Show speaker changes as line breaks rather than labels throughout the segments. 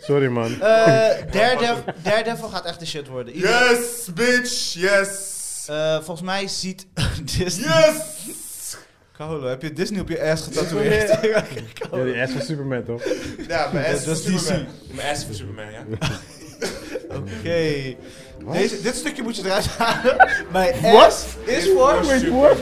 Sorry, man.
Eh, Daredevil, Daredevil gaat echt de shit worden. Ieder-
Yes, bitch, yes.
Eh, volgens mij ziet Disney...
Yes!
Carlo, heb je Disney op je ass getatoeëerd?
Ja, die ass van Superman, toch?
Ja, mijn ass
Dat
is
is
voor Superman. Mijn ass is voor Superman, ja.
Oké. Deze- Dit stukje moet je eruit halen. Mijn ass is
Oh
voor...
Voor Superman.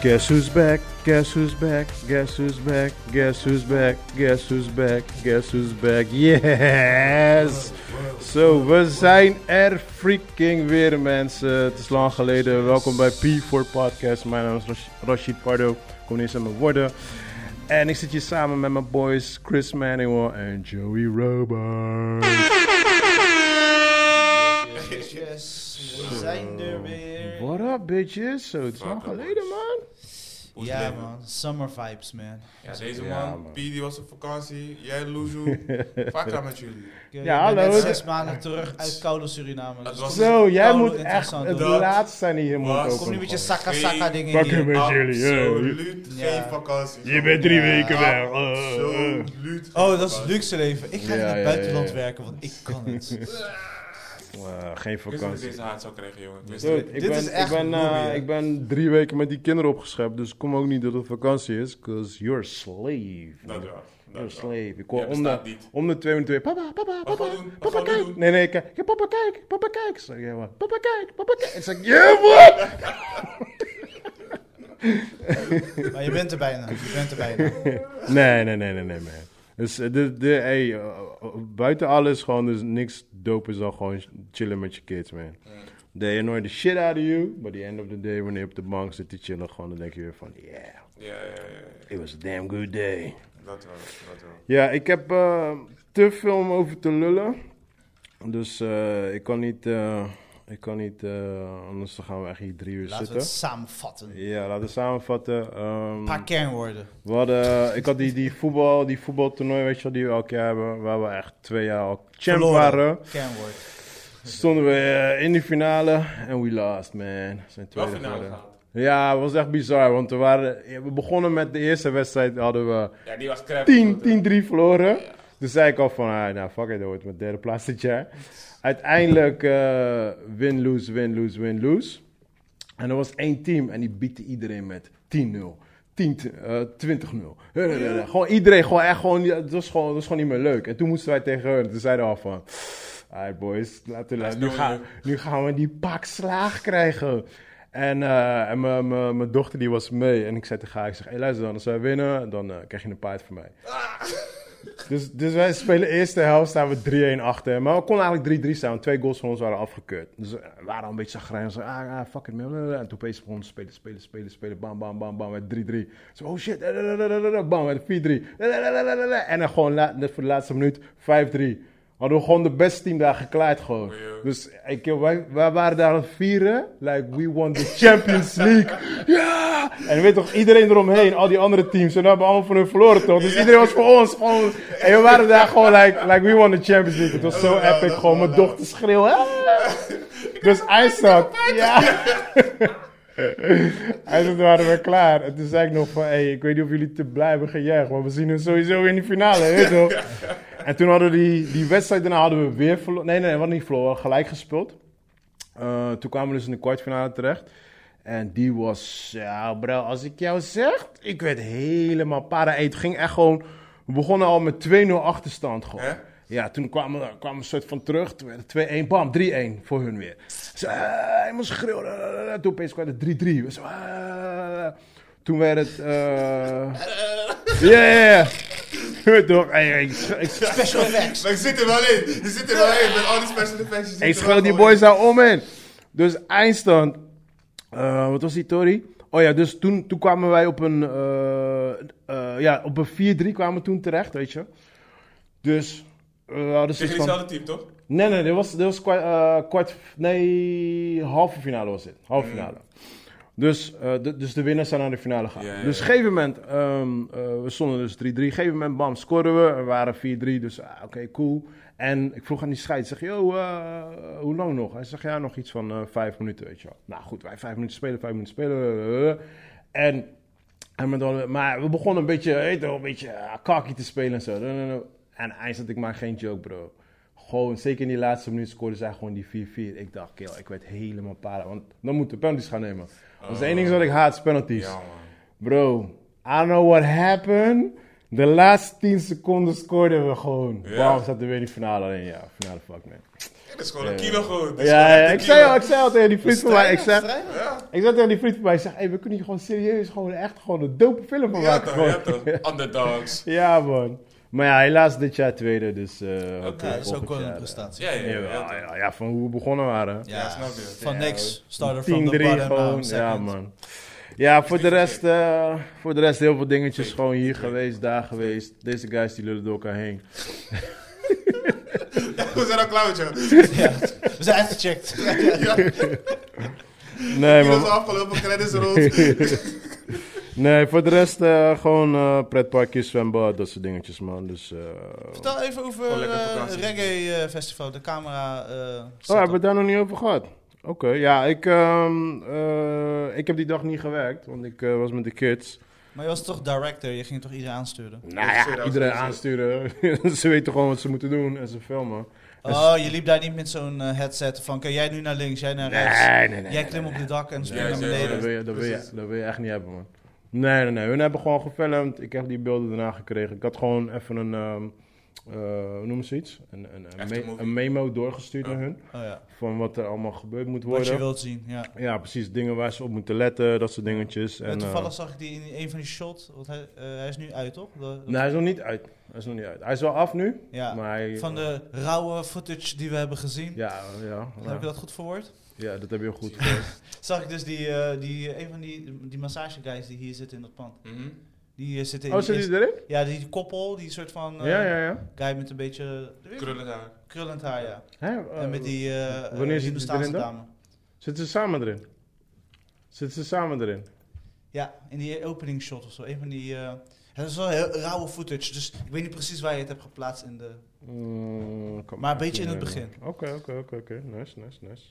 Guess who's back, guess who's back, guess who's back, guess who's back, guess who's back, guess who's back, yes! Zo, we zijn er freaking weer mensen. Het is lang geleden. Welkom bij P4 Podcast. Mijn naam is Rash- Rashid Pardo. Ik kom niet eens aan mijn woorden. En ik zit hier samen met mijn boys Chris Manuel en Joey Robert.
Yes, yes. We zijn er weer.
What up bitches? Zo, het is lang geleden man.
Hoe is
Ja,
het leven?
man. Summer vibes, man.
Ja, deze
Ja,
man,
man.
P, die was op vakantie. Jij, Luzu. Vaak aan met jullie.
Ik
Ja,
ja, ben
hallo.
net zes maanden terug uit koude Suriname.
Dat
Dus
was-
Zo, jij
Koude
moet echt
interessant,
het
hoor.
laatste zijn die hier moet
Kom
open.
kom nu met je
gooien.
sakka-sakka
Geen
dingen
fucking
hier.
Met jullie, ja.
Absoluut geen
Ja.
vakantie.
Je bent drie
Ja.
weken weg. Eh, eh.
Absoluut. geen
Oh, dat is
vakantie.
het luxe leven. Ik ga in
Ja,
het
ja,
buitenland
ja, ja.
werken, want ik kan het.
Wow, Eh, geen
Ik wist dat ik
vakantie.
deze haat zou krijgen, jongen. Ik wist
Dude,
het.
ik,
Dit
ben,
is echt
ik, ben, eh,
movie, hè?
ik ben drie weken met die kinderen opgeschept, dus kom ook niet dat het vakantie is, cause you're a slave.
Dat wel.
You're a
Dat wel.
slave. Ik hoor
Jij
om de,
bestaat niet.
om de twee minuten weer, papa, papa,
Wat
papa,
gaan we doen? Wat
papa,
gaan we
kijk.
doen?
Nee, nee, ik kijk, ja, papa, kijk, papa, kijk. Ik Zeg, ja, wat? Papa, kijk, papa, kijk. Ik zeg, yeah, what?
Maar je bent er bijna. Je bent er bijna.
Nee, nee, nee, nee, nee, man. Dus eh, de, de, hey, eh, buiten alles gewoon, dus niks dope is dan gewoon chillen met je kids, man. They annoy the shit out of you, but at the end of the day, wanneer je op de bank zit te chillen, gewoon, dan denk je weer van, yeah.
Ja, ja, ja. ja.
It was a damn good day.
Dat wel, dat wel.
Ja, ik heb eh, te veel om over te lullen. Dus eh, ik kan niet, eh, ik kan niet eh, anders dan gaan we echt hier drie uur
Laten we het
zitten.
samenvatten. Een
Ja, laten we samenvatten. Ehm,
paar kernwoorden.
we hadden, ik had die, die, voetbal, die voetbaltoernooi, weet je wel, die we elk jaar hebben, waar we echt twee jaar al champ
Verloren.
waren.
Kernwoord.
Stonden we eh, in de finale en we lost, man. We Zijn
Wel
tweede
finale
geworden.
gehaald.
Ja, het was echt bizar, want we, waren, we begonnen met de eerste wedstrijd, hadden we
Ja, die was crap.
10, 10-3 verloren. Toen zei ik al van, ah, nou fuck it, dat wordt mijn derde plaats dit jaar. Uiteindelijk eh, win, lose, win, lose, win, lose. En er was één team en die biette iedereen met 10-0. 10, t- eh, 20-0. Eh, Gewoon iedereen, gewoon echt gewoon, ja, het was gewoon, het was gewoon niet meer leuk. En toen moesten wij tegen hun, toen zeiden we al van, alright boys, laten we,
Let's
nu,
go,
gaan, nu gaan we die pak slaag krijgen. En, eh, en mijn- mijn mijn dochter die was mee en ik zei tegen haar, ik zeg, hey, luister dan, als wij winnen, dan eh, krijg je een paard van mij. Dus, dus wij spelen eerste helft, staan we 3-1 achter. Maar we konden eigenlijk 3-3 staan, want twee goals van ons waren afgekeurd. Dus eh, we waren al een beetje zagrijnig. Dus, ah, ah, fuck it, man. En toen opeens begonnen we spelen, spelen, spelen, spelen. Bam, bam, bam, bam, met 3-3. Zo, oh shit. eh, eh, eh, eh, eh, Bam, met 4-3. Eh, eh, eh, eh, eh. En dan gewoon la- net voor de laatste minuut 5-3. Hadden we gewoon de beste team daar geklaard gewoon.
joh.
Dus ik, wij, wij waren daar aan het vieren. Like, we won the Champions League. Ja! En je weet toch, iedereen eromheen, al die andere teams. En hebben allemaal van hun verloren, toch? Dus iedereen was voor ons. Gewoon, en we waren daar gewoon, like, like, we won the Champions League. Het was zo epic. Gewoon mijn dochter schreeuwen. "Ah!" Dus hij zat. Ja. Hij zat, waren we klaar. En toen zei ik nog van, hey, ik weet niet of jullie te blij hebben gejuicht. Maar we zien hun sowieso in de finale, weet je toch? En toen hadden we die, die wedstrijd daarna hadden we weer verloren. Nee, nee, nee, we hadden niet verloren. We hadden gelijk gespeeld. Eh, toen kwamen we dus in de kwartfinale terecht. En die was, ja bro, als ik jou zeg, ik werd helemaal para Het ging echt gewoon, we begonnen al met 2-0 achterstand gewoon.
Hè?
Ja, toen kwamen we kwamen we een soort van terug. Toen werd het 2-1, bam, 3-1 voor hun weer. Ze, eh, hij moest schreeuwen. eh, eh, Toen opeens kwam het 3-3. We zo, eh, toen werd het... eh, Ja, ja, ja. Toen toch, hey, ik sch- ik sch-
Special effects.
Maar ik zit er wel in. Je zit er wel in met al die special effects. Je zit
Ik
er wel
schoot die
gewoon
boys daar om in. Dus eindstand. eh, wat was die, Tori? Oh ja, dus toen, toen kwamen wij op een, eh, eh, ja, op een 4-3 kwamen we toen terecht, weet je. Dus eh, we hadden
in. Tegen
zoiets van...
diezelfde team, toch?
Nee,
Mm.
nee, dit was, dit was kwart, eh, kwart... Nee, halve finale was dit. Halve finale. Dus, eh, de, dus de winnaars zijn naar de finale gaan.
Ja, ja,
Dus
ja.
gegeven moment, ehm, eh, we stonden dus 3-3. gegeven moment, bam, scoren we. We waren 4-3, dus ah, oké, cool. En ik vroeg aan die scheid, zeg, yo, eh, hoe lang nog? Hij zegt, ja, nog iets van eh, vijf minuten, weet je wel. Nou goed, wij vijf minuten spelen, vijf minuten spelen. eh, eh, eh. En, en met alle- maar we begonnen een beetje, weet je wel, een beetje eh, cocky te spelen en zo. En hij zat ik maar geen joke, bro. Gewoon, zeker in die laatste minuut scoorde zij gewoon die 4-4. Ik dacht, kill, ik werd helemaal para. Want dan moeten we penalties gaan nemen. Dat is één ding wat ik haat, is penalties.
Oh. Ja, man.
Bro, I don't know what happened. De laatste 10 seconden scoorden we gewoon.
Ja.
Waarom staat er weer die finale alleen? Ja, finale fuck man.
Dit is gewoon een kilo gewoon. Dit is
Ja,
gewoon
ja,
echt
ik
een
zei
kilo.
al, ik zei al tegen die vriend van mij. Ik zei,
Strijden?
Ja,
ik zei tegen die vriend van mij, ik zeg, hey, we kunnen hier gewoon serieus gewoon echt gewoon een dope film van
ja
maken.
toch,
gewoon.
ja toch. Underdogs.
Ja, man. Maar ja, helaas dit jaar tweede, dus... eh, hopelijk
Ja, dat is ook
volgend
wel een
jaar,
prestatie.
Ja, ja,
eh,
ja.
jawel,
ja,
ja,
toch.
ja, van hoe we begonnen waren.
Ja, snap je.
Van
Ja,
niks. Starter
10-3
from the bottom.
gewoon.
um,
Ja,
second.
man. Ja, voor de,
niet
rest, eh, voor de rest heel veel dingetjes.
Twee,
Gewoon hier geweest, daar geweest. Deze guys die lullen door elkaar heen.
We zijn al klaar met jou.
Ja, we zijn uitgecheckt.
Ja,
Nee,
kilo's
maar,
afgelopen, credits rond.
nee voor de rest eh, gewoon eh pretparkjes, zwembad, dat soort dingetjes, man. Dus, eh
Vertel even
Gewoon
over
lekker
eh,
vakantie.
reggae eh, festival, de camera. eh,
oh,
setup.
hebben we het daar nog niet over gehad? Oké, ja, ik, ehm, eh, ik heb die dag niet gewerkt, want ik eh, was met de kids.
Maar je was toch director, je ging toch iedereen aansturen?
Nou
Ik zie
ja,
dat
iedereen
sowieso.
aansturen. ze weten gewoon wat ze moeten doen en ze filmen.
Oh, je liep daar niet met zo'n eh, headset van, kan jij nu naar links, jij naar rechts.
nee, nee.
jij klim op de dak en spring naar
Nee, nee,
Nee, dat
beneden.
wil, je, dat, wil je,
Precies.
dat wil je echt niet hebben, man. Nee, nee, nee. Hun hebben gewoon gefilmd. Ik heb die beelden daarna gekregen. Ik had gewoon even een, ehm eh, hoe noemen ze iets? Een, een, een,
Echt een
me-
movie.
een memo doorgestuurd
Ja.
naar hun.
Oh ja,
Van wat er allemaal gebeurd moet
wat je
worden.
wilt zien, ja.
Ja, precies. Dingen waar ze op moeten letten. Dat soort dingetjes.
En,
En, eh,
toevallig zag ik die in een van die shots, want hij, eh, hij is nu uit, toch? De-
nee, hij is nog niet uit. Hij is nog niet uit. Hij is wel af nu.
ja.
Maar hij,
Van de rauwe footage die we hebben gezien.
Ja, ja,
Heb ik
ja,
dat goed verwoord?
ja, dat heb je goed gehoord.
Zag ik dus die, eh, die, een van die, die massageguys die hier zitten in dat pand.
Mhm.
Die eh, zitten in
Oh,
die
zit hij
eerste-
erin?
Ja, die koppel, die soort van eh,
Ja, ja, ja.
guy met een beetje
Krullen daar.
krullend haar, ja.
Hè, eh,
en met die eh
wanneer
eh,
zit die
Hindoestaanse
erin dan?
dame.
Zitten ze samen erin? Zitten ze samen erin?
Ja, in die opening shot of zo. Een van die... eh, het is wel heel rauwe footage, dus ik weet niet precies waar je het hebt geplaatst in de...
Mm, kan
Maar een
me
beetje in het
niet
begin.
herinneren. Oké, oké, oké, oké. Nice, nice, nice.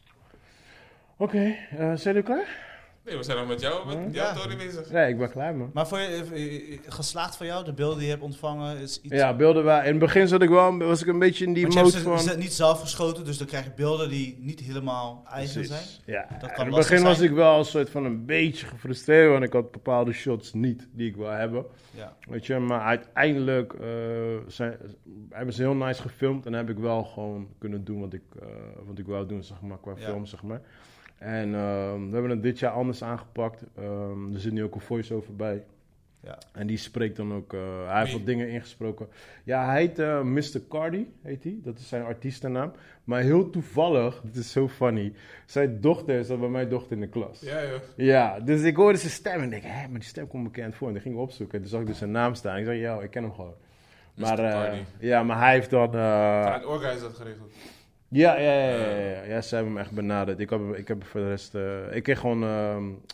Oké, eh, zijn jullie klaar?
Nee, we zijn nog met jou,
Mhm.
met
Ja.
jou Tony bezig.
Nee, ik ben klaar, man.
Maar voor je, eh, eh, geslaagd voor jou, de beelden die je hebt ontvangen, is iets...
Ja, beelden waar. In het begin zat ik wel, was ik een beetje in die
Want je hebt
mode
ze,
van.
ze niet zelf geschoten, dus dan krijg je beelden die niet helemaal eigen
Precies.
zijn.
Ja,
kan
in het
lastig
begin was
zijn.
ik wel een soort van een beetje gefrustreerd, want ik had bepaalde shots niet die ik wil hebben.
Ja.
Weet je, maar uiteindelijk eh, zijn, hebben ze heel nice gefilmd en heb ik wel gewoon kunnen doen wat ik, eh, wat ik wou doen, zeg maar, qua
Ja.
film, zeg maar. En ehm, we hebben het dit jaar anders aangepakt. Ehm, er zit nu ook een voice-over bij.
Ja.
En die spreekt dan ook, eh, hij heeft
Wie?
wat dingen ingesproken. Ja, hij heet eh, Mr. Cardi, heet hij. Dat is zijn artiestennaam. Maar heel toevallig, dit is zo funny, zijn dochter zat bij mijn dochter in de klas.
Ja, joh.
Ja, dus ik hoorde zijn stem en ik denk, hé, maar die stem komt bekend voor. En toen ging ik opzoeken en toen zag ik dus zijn naam staan. Ik zei, ja, ik ken hem gewoon. Maar,
Mr.
eh,
Cardi.
ja, maar hij heeft dan... eh,
Vanuit Orga is dat geregeld.
ja, ja, ja, ja, ja, ja. Ja, ze hebben hem echt benaderd. Ik heb, hem- ik heb hem voor de rest... eh, ik kreeg gewoon ehm,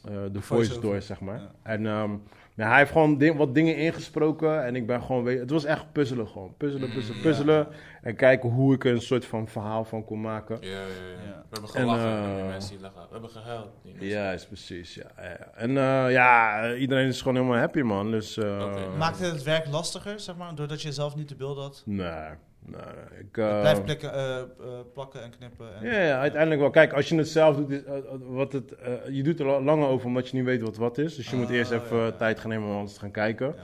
eh, de voice
Voice-over.
door, zeg maar.
Ja.
En ehm, nou, hij heeft gewoon ding- wat dingen ingesproken en ik ben gewoon... we- Het was echt puzzelen gewoon. Puzzelen, puzzelen, puzzelen. En kijken hoe ik er een soort van verhaal van kon maken.
Ja, ja, ja.
Ja.
We hebben
En,
gelachen.
eh,
die mensen die lachen. We hebben gehuild. die mensen.
Juist, precies. Ja, ja, ja. En eh, ja, eh, iedereen is gewoon helemaal happy, man. Dus. eh,
Oké.
Maakt het het werk lastiger, zeg maar, doordat je zelf niet de beelden had?
Nee, nee, nee. Ik,
Het
eh,
blijft plekken, eh, eh, plakken en knippen. En,
ja, ja, uiteindelijk wel. Kijk, als je het zelf doet, is, eh, eh, wat het, eh, je doet er la- langer over omdat je niet weet wat wat is. Dus je moet
Ah,
eerst even
ja, ja.
tijd gaan nemen om alles te gaan kijken.
Ja.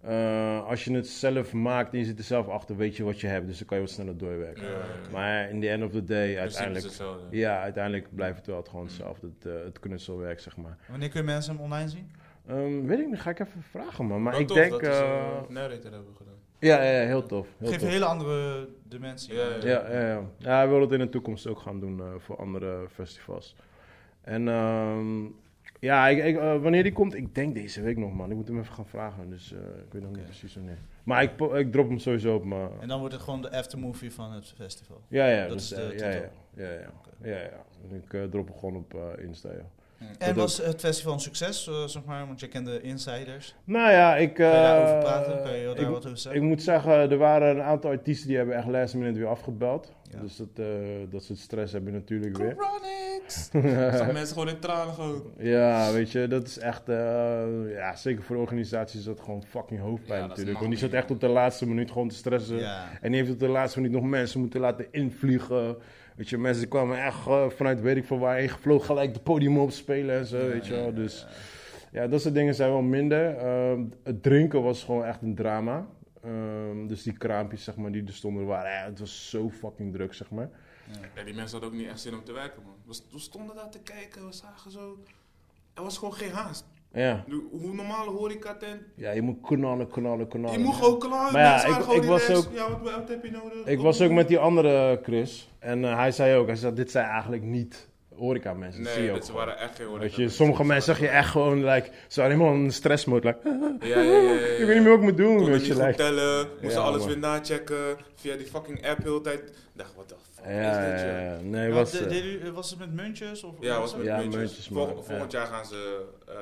Eh, als je het zelf maakt en je zit er zelf achter, weet je wat je hebt. Dus dan kan je wat sneller doorwerken.
Ja, ja, ja.
Maar in the end of the day,
Principe is
uiteindelijk,
dus-
hetzelfde.
ja, uiteindelijk blijft het wel het gewoon hetzelfde. Het, eh, het knutselwerk, zeg maar.
Wanneer kun je mensen hem online zien?
Ehm, weet ik niet, ga ik even vragen, man. Maar
Wel
ik
tof
denk...
dat we
eh,
zo'n narrator hebben gedaan.
Ja, ja, ja, heel tof. Heel
Geeft een
tof.
hele andere dimensie.
Ja, ja.
Ja, ja, ja. ja, hij wil het in de toekomst ook gaan doen eh, voor andere festivals. En ehm, ja, ik, ik, eh, wanneer die komt, ik denk deze week nog, man. Ik moet hem even gaan vragen, dus eh, ik weet nog niet
Oké.
precies wanneer. Maar ik, po- ik drop hem sowieso op mijn...
En dan wordt het gewoon de aftermovie van het festival.
Ja, ja,
Dat
dus,
is de
eh, ja, Dus ja,
titel.
ja, ja, ja, ja. Ik eh, drop hem gewoon op eh, Insta, ja. Dat
En was het festival een succes, eh, zeg maar? Want jij kende insiders.
Nou ja, ik...
Kan je
eh,
daarover praten? Kan je daar
ik,
wat over
ik
zeggen?
moet zeggen, er waren een aantal artiesten die hebben echt last minute weer afgebeld.
Ja.
Dus dat, eh, dat soort stress heb je natuurlijk weer.
Chronics! Zijn mensen gewoon in tranen gewoon.
Ja, weet je, dat is echt... eh, ja, zeker voor organisaties is dat gewoon fucking hoofdpijn
Ja, dat
natuurlijk.
mag
Want die
niet.
zat echt op de laatste minuut gewoon te stressen.
Ja.
En die heeft op de laatste minuut nog mensen moeten laten invliegen. Weet je, mensen kwamen echt eh, vanuit weet ik van waar heen gevlogen gelijk de podium op spelen en zo, weet je wel. Dus ja, dat soort dingen zijn wel minder. Ehm, het drinken was gewoon echt een drama. Ehm, dus die kraampjes, zeg maar, die er stonden, waren, eh, het was zo fucking druk, zeg maar.
Ja, die mensen hadden ook niet echt zin om te werken, man. We, st- we stonden daar te kijken, we zagen zo. Er was gewoon geen haast.
Ja,
Nu, Hoe normale horeca-tent.
ja je moet knallen, knallen, knallen.
Je moet gewoon klaar.
Maar ja,
mensen waren
ik-
gewoon
ik was
relaxed.
ook-
Ja, wat, wat heb je nodig?
Ik was ook met die andere Chris. En eh, hij zei ook, hij zei, dit zijn eigenlijk niet horeca mensen. zie je
Nee,
ook
dat ze
gewoon.
waren echt geen horeca.
Weet je, sommige mensen zag je echt gewoon, like, ze waren helemaal in stressmode. Like,
Ja, ja, ja. ja, ja.
ik weet niet meer wat ik moet doen,
Konden
weet je.
niet goed
like.
tellen, moesten
Ja,
alles
man.
weer nachecken, via die fucking app heel de tijd. Ik dacht, wat de fuck
Ja,
is dit,
ja,
joh?
ja, nee,
Ja,
was...
de-
eh,
deden jullie- was het met muntjes? Of
Ja, was
het?
met
Ja,
muntjes.
muntjes,
Vol-
man.
volgend jaar gaan ze, eh,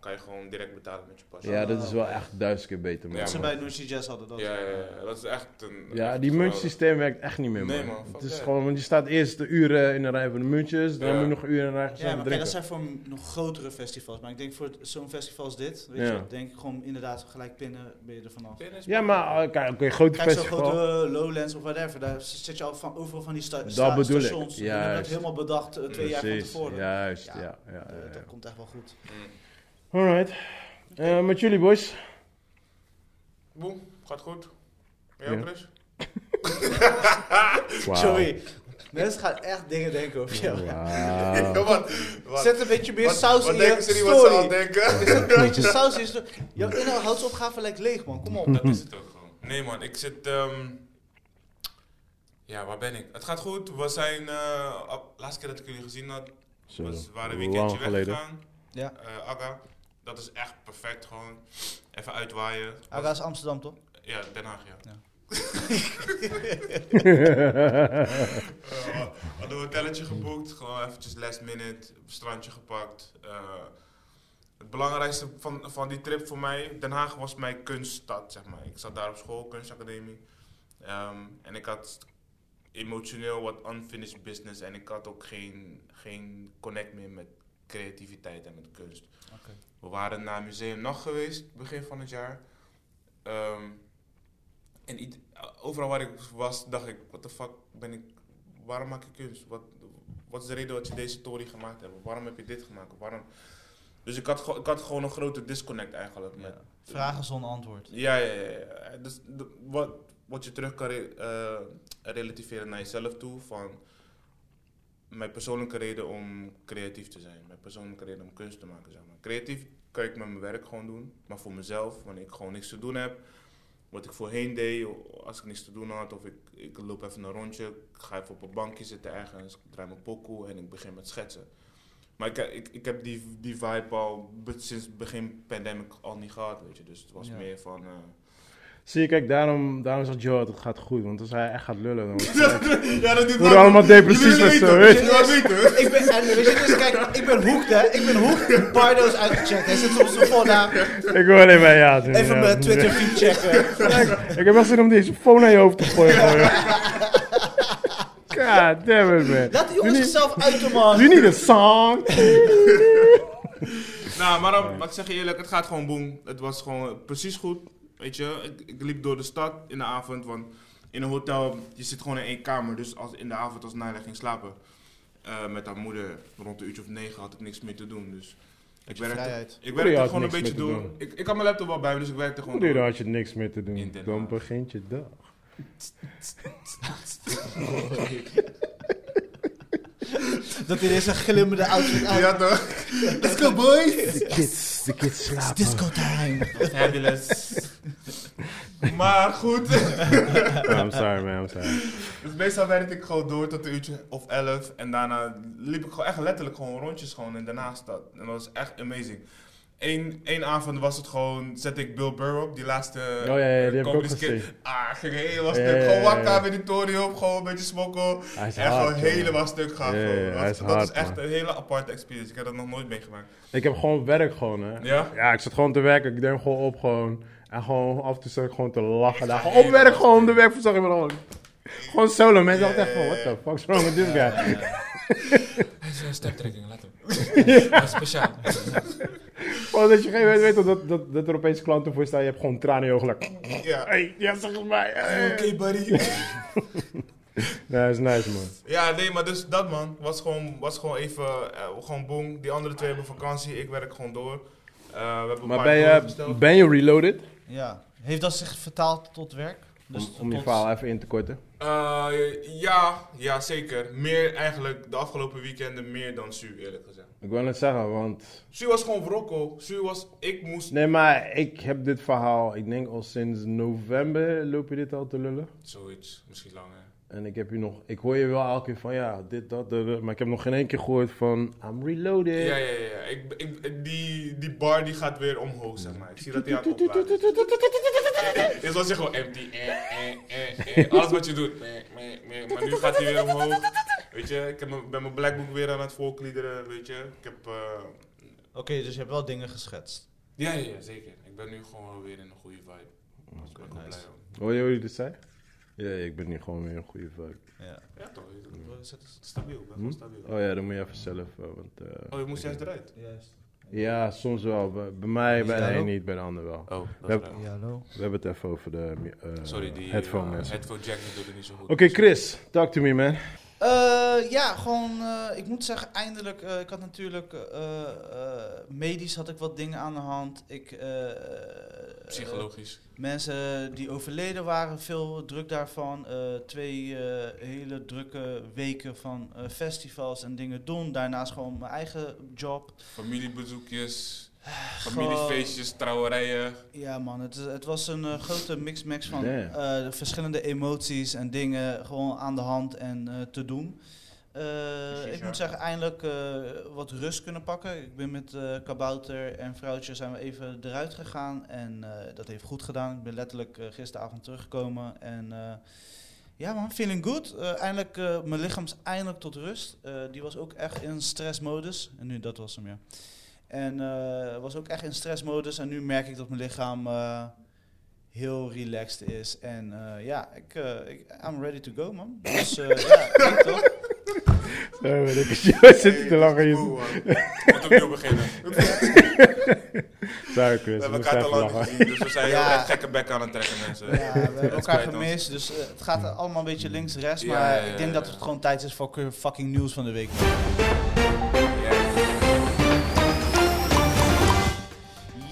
kan je gewoon direct betalen met je pas.
ja, dat is wel echt duizend keer beter, man.
Ja,
Wat ze
Ja,
bij Noordzee Jazz hadden dat.
ja, ja, ja, dat is echt een... echt
die
geweldig.
muntjesysteem werkt echt niet meer, man.
Nee, man, fuck
het is
that.
gewoon, want je staat eerst de uren in de rij voor de muntjes, dan
Ja.
moet je nog een uur in de rij gaan
Ja,
staan
maar kijk,
drinken.
dat zijn voor nog grotere festivals. Maar ik denk voor zo'n festival als dit, weet
Ja.
je, denk ik gewoon inderdaad gelijk pinnen ben je er vanaf.
Tennis,
Ja, maar eh, kijk, oké, grote
Kijk, zo'n
festival.
grote eh, Lowlands of whatever, daar zit je al van overal van die sta
Dat
sta-
bedoel ik,
stations. Die hebben dat
juist.
helemaal bedacht eh, twee jaar van
Precies,
tevoren.
juist, ja.
Ja.
ja, ja,
Eh,
ja.
dat komt echt wel goed.
Mm.
Alright. Eh, met jullie, boys.
Boem, gaat goed. Ja,
Ja.
Chris?
Sorry, mensen gaan echt dingen denken over jou.
Wauw.
Ja, wat, wat,
Zet een beetje meer
wat,
saus
wat
in
denken
je
ze niet wat ze aan
story.
denken?
Zet een beetje saus in je story. Jouw inhoudsopgave lijkt leeg, man. Kom op.
Dat is het ook gewoon. Nee man, ik zit... ehm, ja, waar ben ik? Het gaat goed. We zijn... eh, ab- laatste keer dat ik jullie gezien had,
Zo,
was, waren een
lang
weekendje
geleden.
weggegaan.
Ja,
Eh, Aga, dat is echt perfect gewoon. Even uitwaaien.
Aga is Amsterdam, toch?
Ja, Den Haag, ja.
Ja.
Eh, we hadden een hotelletje geboekt, gewoon eventjes last minute, strandje gepakt. Eh, het belangrijkste van, van die trip voor mij, Den Haag was mijn kunststad, zeg maar. Ik zat daar op school, kunstacademie. Ehm, en ik had emotioneel wat unfinished business en ik had ook geen, geen connect meer met creativiteit en met kunst.
Oké.
We waren naar Museum Nacht geweest, begin van het jaar. Ehm, en ied- overal waar ik was, dacht ik, what the fuck ben ik, waarom maak ik kunst? Wat, wat is de reden dat je deze story gemaakt hebt? Waarom heb je dit gemaakt? Waarom? Dus ik had, gewoon- ik had gewoon een grote disconnect eigenlijk. Met,
Ja. Vragen zonder antwoord.
ja, ja, ja. ja. Dus de- wat, wat je terug kan re- eh, relativeren naar jezelf toe van mijn persoonlijke reden om creatief te zijn, mijn persoonlijke reden om kunst te maken. Zeg maar. Creatief kan ik met mijn werk gewoon doen, maar voor mezelf, wanneer ik gewoon niks te doen heb, wat ik voorheen deed, o- als ik niks te doen had, of ik, ik loop even een rondje, ik ga even op een bankje zitten ergens, ik draai mijn pokoe en ik begin met schetsen. Maar ik, ik, ik heb die, die vibe al be- sinds begin pandemic al niet gehad, weet je. Dus het was
Ja.
meer van... eh,
Zie je, kijk, daarom, daarom zegt Joe het gaat goed. Want als hij echt gaat lullen, dan wordt
ja, dat doet
we worden allemaal depressief en zo. weet je.
Jullie willen weten.
Ik ben, en weet je, dus kijk, ik ben hoekt, hè. Ik ben hoekt. Bardo is uitgecheckt. Hij zit op zijn voornaam.
Ik wil alleen maar ja doen,
Even
ja.
mijn Twitter feed checken.
Ik heb wel zin om deze phone naar je hoofd te gooien. gewoon, joh. God damn it, man.
Laat die jongens
Jullie-
zichzelf uiten, man.
You need a song.
Nou, maar, dan- maar ik zeg je eerlijk, het gaat gewoon boem. Het was gewoon precies goed. Weet je, ik, ik liep door de stad in de avond, want in een hotel, je zit gewoon in één kamer. Dus als, in de avond als Naila ging slapen eh, met haar moeder, rond een uurtje of negen had ik niks meer te doen. Dus ik werkte,
Vrijheid.
ik
Jullie
werkte
had
gewoon een
niks
beetje
meer te
door.
doen.
Ik, ik had mijn laptop wel bij me, dus ik werkte gewoon
Dude, dan
door.
had je niks meer te doen.
In Den
Dan
Haag.
begint je dag.
Dat hij deze glimmende outfit aan.
Ja toch?
Let's go, boys.
De kids, de kids
It's
slapen.
disco time.
Fabulous. maar goed.
Oh, I'm sorry, man. I'm sorry.
Dus meestal werkte ik gewoon door tot een uurtje of elf. En daarna liep ik gewoon echt letterlijk gewoon rondjes gewoon in de naaststad. En dat was echt amazing. Eén, één avond was het gewoon, zette ik Bill Burr op, die laatste
Oh, ja, ja, die
eh,
heb ik ook
Comedy Skit.
gezien.
Ah, ging helemaal
Ja,
stuk.
ja,
Gewoon
ja,
wakker
ja.
met die Tory op, gewoon een beetje smokkel.
Hij is
en
hard,
gewoon
jongen.
helemaal stuk gaan.
Ja, ja,
gewoon.
ja,
dat
hij
is,
is
dat
hard,
is echt
man.
een hele aparte experience. Ik heb dat nog nooit meegemaakt.
Ik heb gewoon werk gewoon, hè.
Ja?
Ja, ik zat gewoon te werken. Ik deed gewoon op gewoon. En gewoon af en toe zat ik gewoon te lachen. Daar.
ga
Gewoon op
helemaal
werk gewoon, de werk verzag ik me gewoon. Gewoon solo. Mensen dachten echt van,
Ja,
what
ja,
the fuck's wrong with this guy?
Hij is een steptrekking, laat hem. Dat is speciaal.
Gewoon dat je geen weet, weet dat, dat, dat, dat er opeens klanten voor staan. Je hebt gewoon tranen in je ogen. like,
Ja.
Hey, ja, zeg het mij.
Oké,
hey.
buddy.
Nee, dat is nice, man.
ja, nee, maar dus dat man. Was gewoon, was gewoon even, eh, gewoon boom. Die andere twee hebben vakantie, ik werk gewoon door. Eh, we hebben een
Maar
paar
ben
doelen
je,
gesteld.
ben je reloaded?
Ja. Heeft dat zich vertaald tot werk? Dus
Om, om je
tot-
verhaal even in te korten.
Eh, ja, ja, zeker. Meer eigenlijk de afgelopen weekenden meer dan Su, eerlijk gezegd.
Ik wil het zeggen, want...
Su was gewoon brokkel. Su was, ik moest...
Nee, maar ik heb dit verhaal, ik denk al sinds november loop je dit al te lullen.
Zoiets, misschien langer.
En ik heb je nog, ik hoor je wel elke keer van ja, dit, dat, dat, dat, maar ik heb nog geen één keer gehoord van I'm reloaded.
Ja, ja, ja. Ik, ik, die, die bar die gaat weer omhoog, zeg maar. Ik zie dat die aan het opladen is. Dit was echt gewoon empty. Eh, eh, eh, eh. Alles wat je doet. Meh, meh, meh. Maar nu gaat hij weer omhoog. Weet je, ik heb mijn- ben mijn Blackbook weer aan het volkliederen, weet je. Ik heb... eh,
Oké, dus je hebt wel dingen geschetst.
Ja, ja, ja, zeker. Ik ben nu gewoon weer in een goede vibe. Dus ik ben gewoon
nice.
blij om.
Hoor je hoe je dit zei? Ja, ja, ik ben nu gewoon weer een goede vibe.
Ja.
Ja, toch. Het is stabiel. Ik ben
Mm. Hm?
gewoon stabiel.
Oh ja, dan moet je even zelf, eh, want... eh,
Oh, je moest juist eruit.
Juist.
Ja, soms wel. Bij, bij mij, bij
Ja,
de een
ook.
niet, bij de ander wel.
Oh,
is Ja.
Ja, hallo.
We hebben het even over de eh,
Sorry, die
headphone
eh,
mensen.
headphone jack die doet het niet zo goed.
Oké, Chris, talk to me man.
Eh, ja, gewoon, eh, ik moet zeggen, eindelijk, eh, ik had natuurlijk, eh, eh, medisch had ik wat dingen aan de hand. Ik, eh, eh,
Psychologisch.
mensen die overleden waren, veel druk daarvan. Eh, twee eh, hele drukke weken van eh, festivals en dingen doen. Daarnaast gewoon mijn eigen job.
Familiebezoekjes,
Gewoon-
familiefeestjes, trouwerijen.
Ja man, het, het was een eh, grote mix-max van
Damn.
eh, de verschillende emoties en dingen gewoon aan de hand en eh, te doen. Eh,
Precies,
ik
ja.
moet zeggen, eindelijk eh, wat rust kunnen pakken. Ik ben met eh, kabouter en vrouwtje zijn we even eruit gegaan en eh, dat heeft goed gedaan. Ik ben letterlijk eh, gisteravond teruggekomen en eh, ja man, feeling good. Eh, eindelijk, eh, mijn lichaam is eindelijk tot rust. Eh, die was ook echt in stressmodus en nu dat was hem ja. En eh, was ook echt in stressmodus. En nu merk ik dat mijn lichaam eh, heel relaxed is. En eh, ja, ik, eh, ik, I'm ready to go, man. Dus eh, ja, ik toch?
Zo, ik zit te lachen.
Hey,
hier.
dat is cool, man. Moet opnieuw beginnen.
Sorry Chris, ik
We hebben
moest
elkaar te
even
lang niet
lachen.
gezien, dus we zijn
Ja.
heel erg gekke bek aan het trekken, mensen.
Ja, we hebben
Het
elkaar
spijt ons.
gemist. Dus eh, het gaat allemaal een beetje links, rechts.
Mm. Ja,
maar
ja, ja,
ik denk
ja.
dat het gewoon tijd is voor keur- fucking nieuws van de week.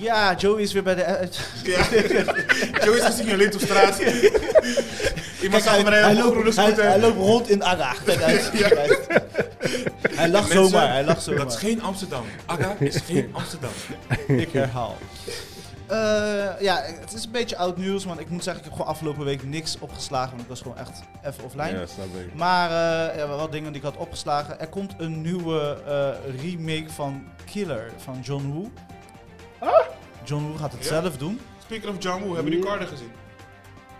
Ja, Joey is weer bij de...
Ja. Joey is gezien je lint op straat. Iemand zag me
hij,
rijden op een groene
loopt, hij, hij
scooter.
loopt rond in Aga. Kijk uit. Kijk uit. Hij lacht
Mensen,
zomaar. Hij lacht zomaar.
Dat is geen Amsterdam. Aga is geen Amsterdam.
Ik herhaal. Eh, ja, het is een beetje oud nieuws, want ik moet zeggen, ik heb gewoon afgelopen week niks opgeslagen, want ik was gewoon echt even offline.
Ja, snap ik.
Maar eh ja, wat dingen die ik had opgeslagen. Er komt een nieuwe eh, remake van Killer van John Woo. John Woo gaat het
Ja.
zelf doen.
Speaking of John Woo, hebben jullie Carter gezien?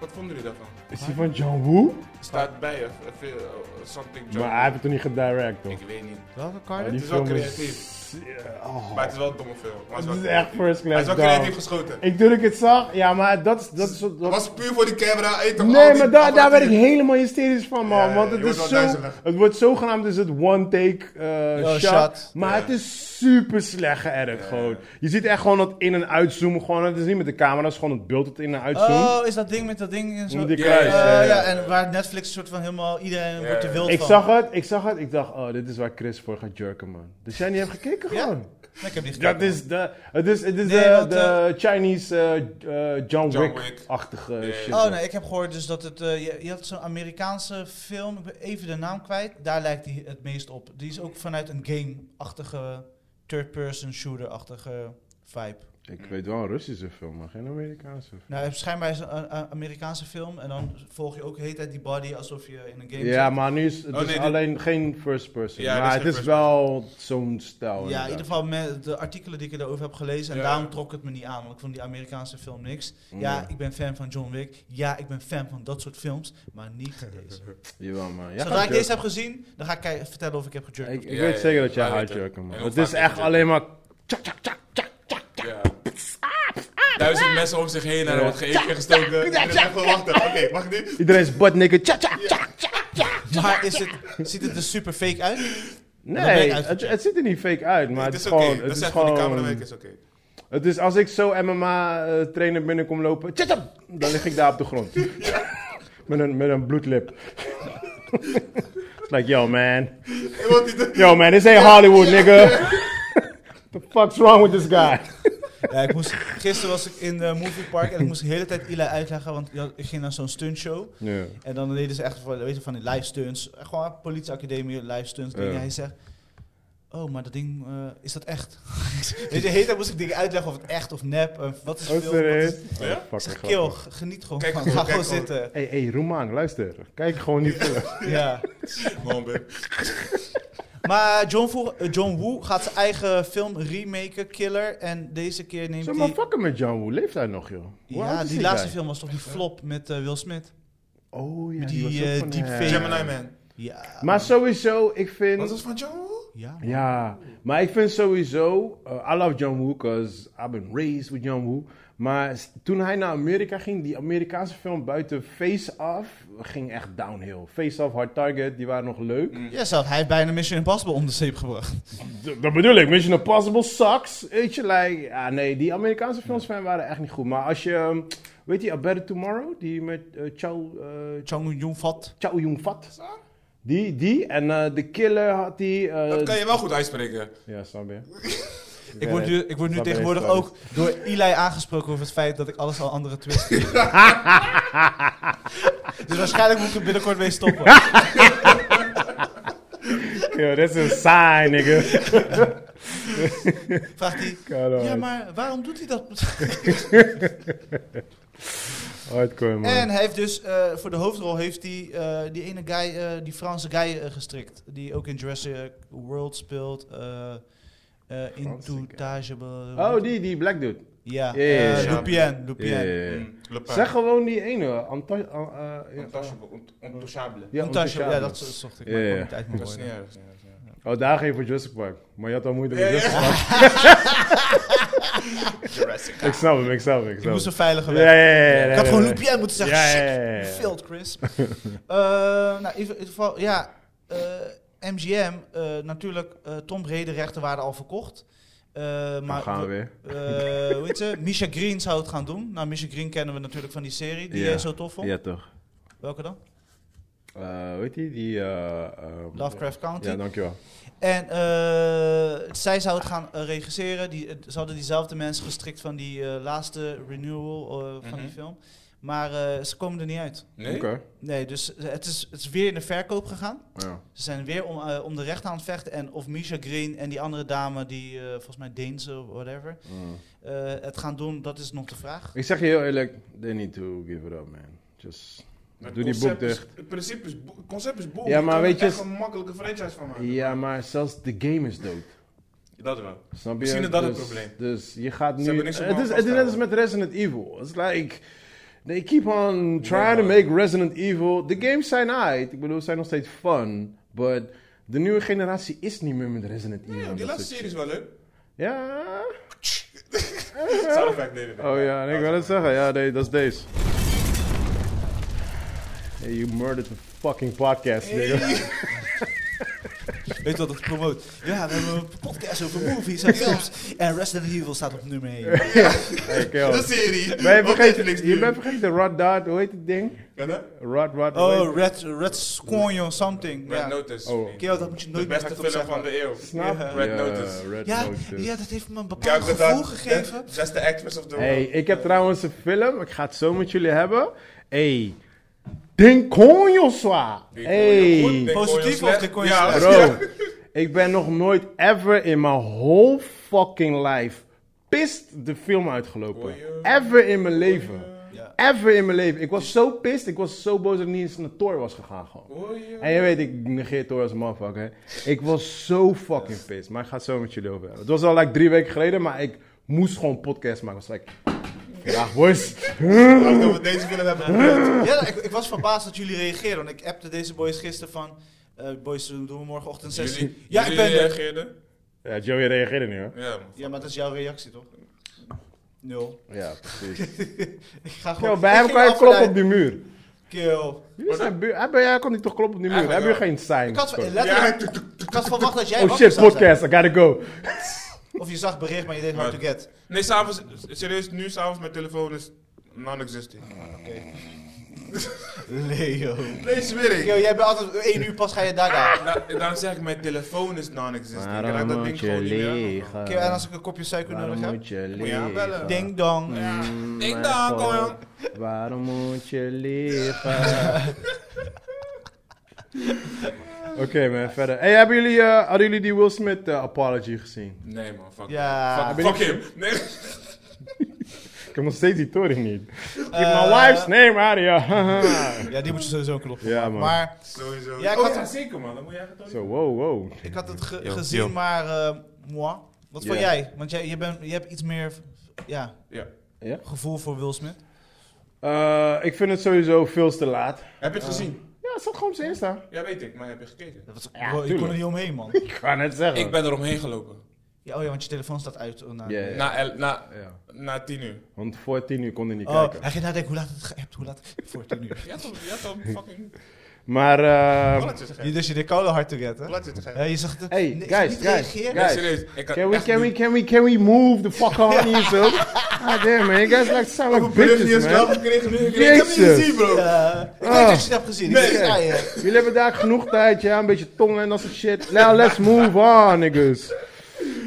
Wat vonden jullie daarvan?
Is die van John Woo?
Staat bij je, eh, veel, eh, something John
Maar hij heeft
Woo.
het toch niet gedirect, toch?
Ik weet niet.
Welke
Ja,
Carter?
die
Het is wel
film
creatief.
Ja, oh.
Maar het is wel een domme film. Maar
Het
wel
is
creatief.
echt first
Hij is
class
wel
down.
creatief geschoten.
Ik toen ik het zag, ja, maar dat is... Dat is dat-
Dat was puur voor die camera. Hey, toch, al
Nee,
die
maar daar, daar werd ik
apparatuur.
helemaal hysterisch van, man.
Ja, ja,
want
je
het
wordt
is
wel
zo...
duizelig.
Het wordt zogenaamd is het one take eh,
Oh,
shot,
shot.
Maar
Ja.
het is super slecht geëdit, gewoon. Je ziet echt gewoon dat in- en uitzoomen. Gewoon, het is niet met de camera, het is gewoon het beeld dat in- en uitzoomt.
Oh, is dat ding met dat ding en zo?
Met die
Eh,
Ja, ja,
kruis.
ja, ja, ja.
ja, en waar Netflix soort van helemaal iedereen
Ja,
wordt er
ja.
wild
Ik
van.
zag het, ik zag het. Ik dacht, oh, dit is waar Chris voor gaat jerken, man. Dus jij niet hebt gekeken,
Ja?
gewoon.
Nee, ik heb die
Dat is de, het is, het is
Nee,
de,
want,
de Chinese eh, eh, John,
John
Wick-achtige
Wick.
shit.
Oh nee, ik heb gehoord dus dat het... eh, je, je had zo'n Amerikaanse film, ik ben even de naam kwijt. Daar lijkt die het meest op. Die is ook vanuit een game-achtige, third-person shooter-achtige vibe.
Ik weet wel een Russische film, maar geen Amerikaanse film.
Nou, schijnbaar is het een een Amerikaanse film en dan volg je ook de hele tijd die body alsof je in een game
Ja,
zit.
maar nu is het
Oh,
is
nee, dit-
alleen geen first person.
Ja, dit
maar
is
het
geen
is
first
wel zo'n stijl.
Ja,
inderdaad.
in ieder geval met de artikelen die ik erover heb gelezen. En
Ja.
daarom trok het me niet aan, want ik vond die Amerikaanse film niks.
Mm.
Ja, ik ben fan van John Wick. Ja, ik ben fan van dat soort films, maar niet deze.
Jawel, man. Jij
Zodra
gaat
ik deze
jerken.
heb gezien, dan ga ik kei- vertellen of ik heb gejerkt.
Ik,
of
ik
niet.
Ja,
weet
ja,
zeker
ja,
dat jij
wij
hard
weten.
jerken, man.
En
Het
hoe
is
vaak
echt
je
alleen maar...
Ja. Duizend mensen om zich heen en er
Ja.
wordt geen één keer gestoken. Iedereen zegt van, wacht even, oké, wacht nu.
Iedereen is butt naked. Tja, tja, tja, tja.
Maar is het, ziet het er super fake uit? ben ik
Nee, het,
uitgecheckt.
het ziet er niet fake uit, maar
Maar
het
is
is
oké,
gewoon...
dat
Het is
zegt van die
gewoon...
camerawerk is oké.
Het is als ik zo MMA-trainer eh, binnenkom lopen... Tja, tja, dan lig ik daar op de grond. Met een, met een bloedlip. It's like, yo, man.
Je wordt niet-
Yo, man, this ain't Hollywood, nigga. the fuck's wrong with this guy?
Ja, ik moest, gisteren was ik in de moviepark en ik moest de hele tijd Ila uitleggen, want ik had- ik ging naar zo'n stuntshow.
Ja.
En dan deden ze echt van, weet je, van die live stunts. Gewoon politieacademie, live stunts, dingen.
Ja.
Hij zegt, oh, maar dat ding, eh, is dat echt? weet je, de hele tijd moest ik dingen uitleggen of het echt of nep, eh, wat is
Wat
film, wat is...
Ja?
Ja?
Ik zeg, kill, geniet gewoon.
Kijk
van,
gewoon,
ga
kijk
gewoon
gewoon.
zitten.
Hey, hey, Roemang, luister. Kijk gewoon niet film.
Ja.
Gewoon ben-
Maar John, Vo- eh, John Woo gaat zijn eigen film remaken, Killer. En deze keer neemt
Zeg maar,
hij...
fucken met John Woo. Leeft hij nog, joh? Hoe oud
Ja,
is
die laatste
guy?
film was toch die flop met eh, Will Smith?
Oh ja,
Met
die,
die,
was ook
eh,
van,
deepfake.
eh,
Gemini Man.
Ja.
Maar sowieso, ik
Wat
vind...
was van John Woo?
Ja.
Ja, maar ik vind sowieso... eh, I love John Woo, because I've been raised with John Woo. Maar s- toen hij naar Amerika ging, die Amerikaanse film buiten Face Off... ging echt downhill. Face Off, Hard Target, die waren nog leuk.
Mm.
Ja, zelf, hij heeft bijna Mission Impossible om de zeep gebracht.
D- Dat bedoel ik. Mission Impossible sucks. Weet je, like... Ja, nee, die Amerikaanse films van hem waren echt niet goed. Maar als je... ehm, Weet je, A Better Tomorrow? Die met eh Chow... eh,
Chang Yun-fat.
Chow Yun-fat. Die, die. En eh The Killer had die... eh,
Dat kan je wel goed uitspreken.
Ja, snap je?
Ik word nu, ik word nu
Daar ben je
tegenwoordig
verklaard.
ook door Eli aangesproken over het feit dat ik alles al andere twist. dus waarschijnlijk moet ik er binnenkort mee stoppen.
Yo, dat is een saai, nigga.
Vraagt hij. Ja, maar waarom doet hij dat?
Hardcore, man.
En hij heeft dus eh, voor de hoofdrol heeft hij eh, die ene guy, eh, die Franse guy eh, gestrikt. Die ook in Jurassic World speelt. eh eh Intoutable.
Oh, die, die black dude.
Ja,
Ja, ja, ja,
eh,
ja.
Lupien. Lupien.
Ja, ja, ja.
Mm, Le Pen.
Zeg gewoon die ene. Anta- eh, eh,
Untouchable, ont- Untouchable.
ja,
Untouchable. Ja,
Untouchable.
dat zo- zocht ik.
Ja,
maar ik
ja.
kwam niet uit mijn
Dat is niet
woorden.
erg. dat is niet erg, ja.
Oh, daar ging je voor Jurassic Park. Maar je had al moeite met
Ja, ja.
Jurassic Park.
Jurassic.
Ik snap hem, ik snap hem. Ik,
Ik
snap
moest een
hem.
veilige weg.
Ja, ja, ja, ja, ja,
Ik had
ja,
gewoon
ja.
Lupien moeten zeggen.
Ja,
shit,
ja, ja, ja.
Failed, Chris. Eh, nou, in ieder geval, ja. eh, MGM, eh, natuurlijk, eh Tom Brederechten waren al verkocht. Eh,
Dan
maar
gaan we
we-
weer.
eh, hoe heet ze? Misha Green zou het gaan doen. Nou, Misha Green kennen we natuurlijk van die serie die
Ja.
jij zo tof vond.
Ja, toch.
Welke dan?
Eh weet je, die... eh, ehm,
Lovecraft County.
Ja, dankjewel.
En eh, zij zou het gaan eh, regisseren. Die, eh, ze hadden diezelfde mensen gestrikt van die eh, laatste renewal eh, van die
Mhm.
film. Maar eh, ze komen er niet uit.
Nee?
Oké.
Nee, dus eh, het is, het is weer in de verkoop gegaan.
Ja.
Ze zijn weer om, eh, om de rechten aan het vechten. En of Misha Green en die andere dame, die eh, volgens mij Deense of whatever,
Mm.
eh, het gaan doen, dat is nog de vraag.
Ik zeg je heel eerlijk, they need to give it up, man. Just...
Maar
Doe
het
die boek
concept is-
dicht.
Het principe is, bo- het concept is boel.
Ja, maar
Je kan
weet je-
er echt een makkelijke franchise van maken.
Ja, maar zelfs the game is dood.
Dat wel.
Snap je?
Misschien is dat
dus,
het probleem.
Dus je gaat nu...
hebben niks op
het, is,
elkaar
het is net als met
vastgehouden.
Resident Evil. It's like... They keep on trying
man.
to make Resident Evil... De games zijn uit. Ik bedoel, ze zijn nog steeds fun. But de nieuwe generatie is niet meer met Resident Evil.
Ja,
en
die
dat
laatste
soort
serie is wel leuk.
shit. Ja.
Sound effect, nee, nee, nee.
Oh ja, en ik wil het zeggen. Ja, nee, dat is deze. Hey, you murdered the fucking podcast, nigga.
Weet je wat het promoot? Ja, we hebben een podcast over movies en films. En Resident Evil staat op nummer 1.
Hey, kill.
De serie.
Ben je
Op Oh, Netflix
vergeten, je
nu.
bent vergeten Rod Dart, hoe heet het ding?
Kan dat?
Rod, Rod, hoe heet-
Oh, Red, Red Scorpion something.
Red
Ja.
Notice.
Oh.
vriend.
Kerel, dat moet je
De
nooit meer
beste
hardop
film van dus.
zeggen.
de eeuw.
Snap?
Ja.
Red
Ja,
Notice.
Red
Ja,
Notice.
ja, dat heeft me een
Kijk,
bepaald
dat-
gevoel
dat-
gegeven.
Dat is de actress of the
Hey,
world.
ik heb trouwens een film. Ik ga het zo met jullie hebben. Hey, Den Conjo Swa.
Denk kon je goed, denk
Hey,
kon je
Positief
slecht.
of denk kon je
Ja,
slecht?
bro. Ik ben nog nooit ever in mijn whole fucking life pist de film uitgelopen.
Oei, oei,
Ever in mijn leven.
Ja.
Ever in mijn leven. Ik was zo pist, ik was zo boos dat ik niet eens naar Tor was gegaan gewoon. En je weet, ik negeer Tor als een motherfucker. hè. Ik was zo fucking pissed. Maar ik ga het zo met jullie over hebben. Het was al like drie weken geleden, maar ik moest gewoon een podcast maken. Ik was like, vandaag boys.
Ook dat we deze film hebben gebeurd.
Ja, ik, ik was verbaasd dat jullie reageerden. Want ik appte deze boys gisteren van... eh, boys, doen we morgenochtend sessie?
Jullie,
ja, ik ben er.
reageerden?
Ja, Joey reageerde nu hoor.
Ja, man.
Ja, maar dat is jouw reactie, toch? Nul.
Ja, precies.
Ik ga gewoon...
Yo, bij
ik
hem
ging
kan je kloppen
afleiden.
op die muur.
Kill.
Jullie zijn buur- hij- Bij jou kon niet toch kloppen op die muur. Heb
Eigenlijk
je geen sign?
Ik had,
Sorry.
letterlijk, ik had verwacht dat jij
Oh
wakker
shit,
zou zijn.
podcast, I gotta go.
Of je zag bericht, maar je deed hard to get.
Nee, s'avonds, serieus, nu s'avonds mijn telefoon is non-existent.
Leo.
Nee, zweer ik.
Yo, jij bent altijd één uur pas ga je daar aan.
Da- dan zeg ik, mijn telefoon is non-existent. Ik raak dat ding gewoon niet meer aan.
Kill, en als ik een kopje suiker nodig heb?
je
moet je aanbellen.
Ding dong.
Ding dong, kom
dan. Waarom moet je liggen? Oké man, verder. Hey, hebben jullie, eh, hadden jullie die Will Smith eh, apology gezien?
Nee man, fuck.
Ja.
Fuck, fuck him. Nee.
Ik heb nog steeds die Tory niet.
Eh,
My wife's name out of here.
Ja, die moet je sowieso een klop.
Ja, man.
Maar
Sowieso.
Ja, ik
Oh
had-
zeker man. Dan moet jij het ook
Zo, wow, wow.
ik had het ge-
Yo,
gezien,
yo.
maar... eh, moi. Wat
Ja.
vond jij? Want jij, je, bent, je hebt iets meer... Ja,
Ja.
Ja?
gevoel voor Will Smith.
Eh, ik vind het sowieso veel te laat.
Heb je het gezien?
Ja, het staat gewoon op zijn Insta.
Ja, weet ik, maar heb je gekeken?
Dat was,
Ja,
bro, je kon
tuurlijk.
er niet omheen, man.
Ik ga net zeggen.
Ik ben eromheen gelopen.
Ja, oh ja, want je telefoon staat uit. Oh, nou.
Ja, ja.
Na, el- na,
Ja.
Na tien uur.
Want voor tien uur kon hij niet
Oh,
kijken.
hij ging nadenken hoe laat het geappt, hoe laat het voor tien uur.
je had toch, je had toch fucking...
Maar, eh
Balletjes
Je-
geven.
Dus je deed koude hard to get, hè?
Balletjes geven.
Ja, je zag het.
Hey,
nee,
guys,
niet
guys,
reageren.
guys.
Nee, serieus. Ik had
can we,
echt
can we,
niet-
can we, can we move the fuck on here, zo? God damn, man. You guys like sound like bitches, man.
gekregen nu?
gekregen. Ik heb het niet Jezus. gezien,
bro.
Ja, Eh, ik weet
Ah.
dat je het hebt gezien. Ik
Nee.
weet het aan je.
Jullie hebben daar genoeg tijd, ja? Een beetje tongen en dat soort shit. Now let's move on, niggas.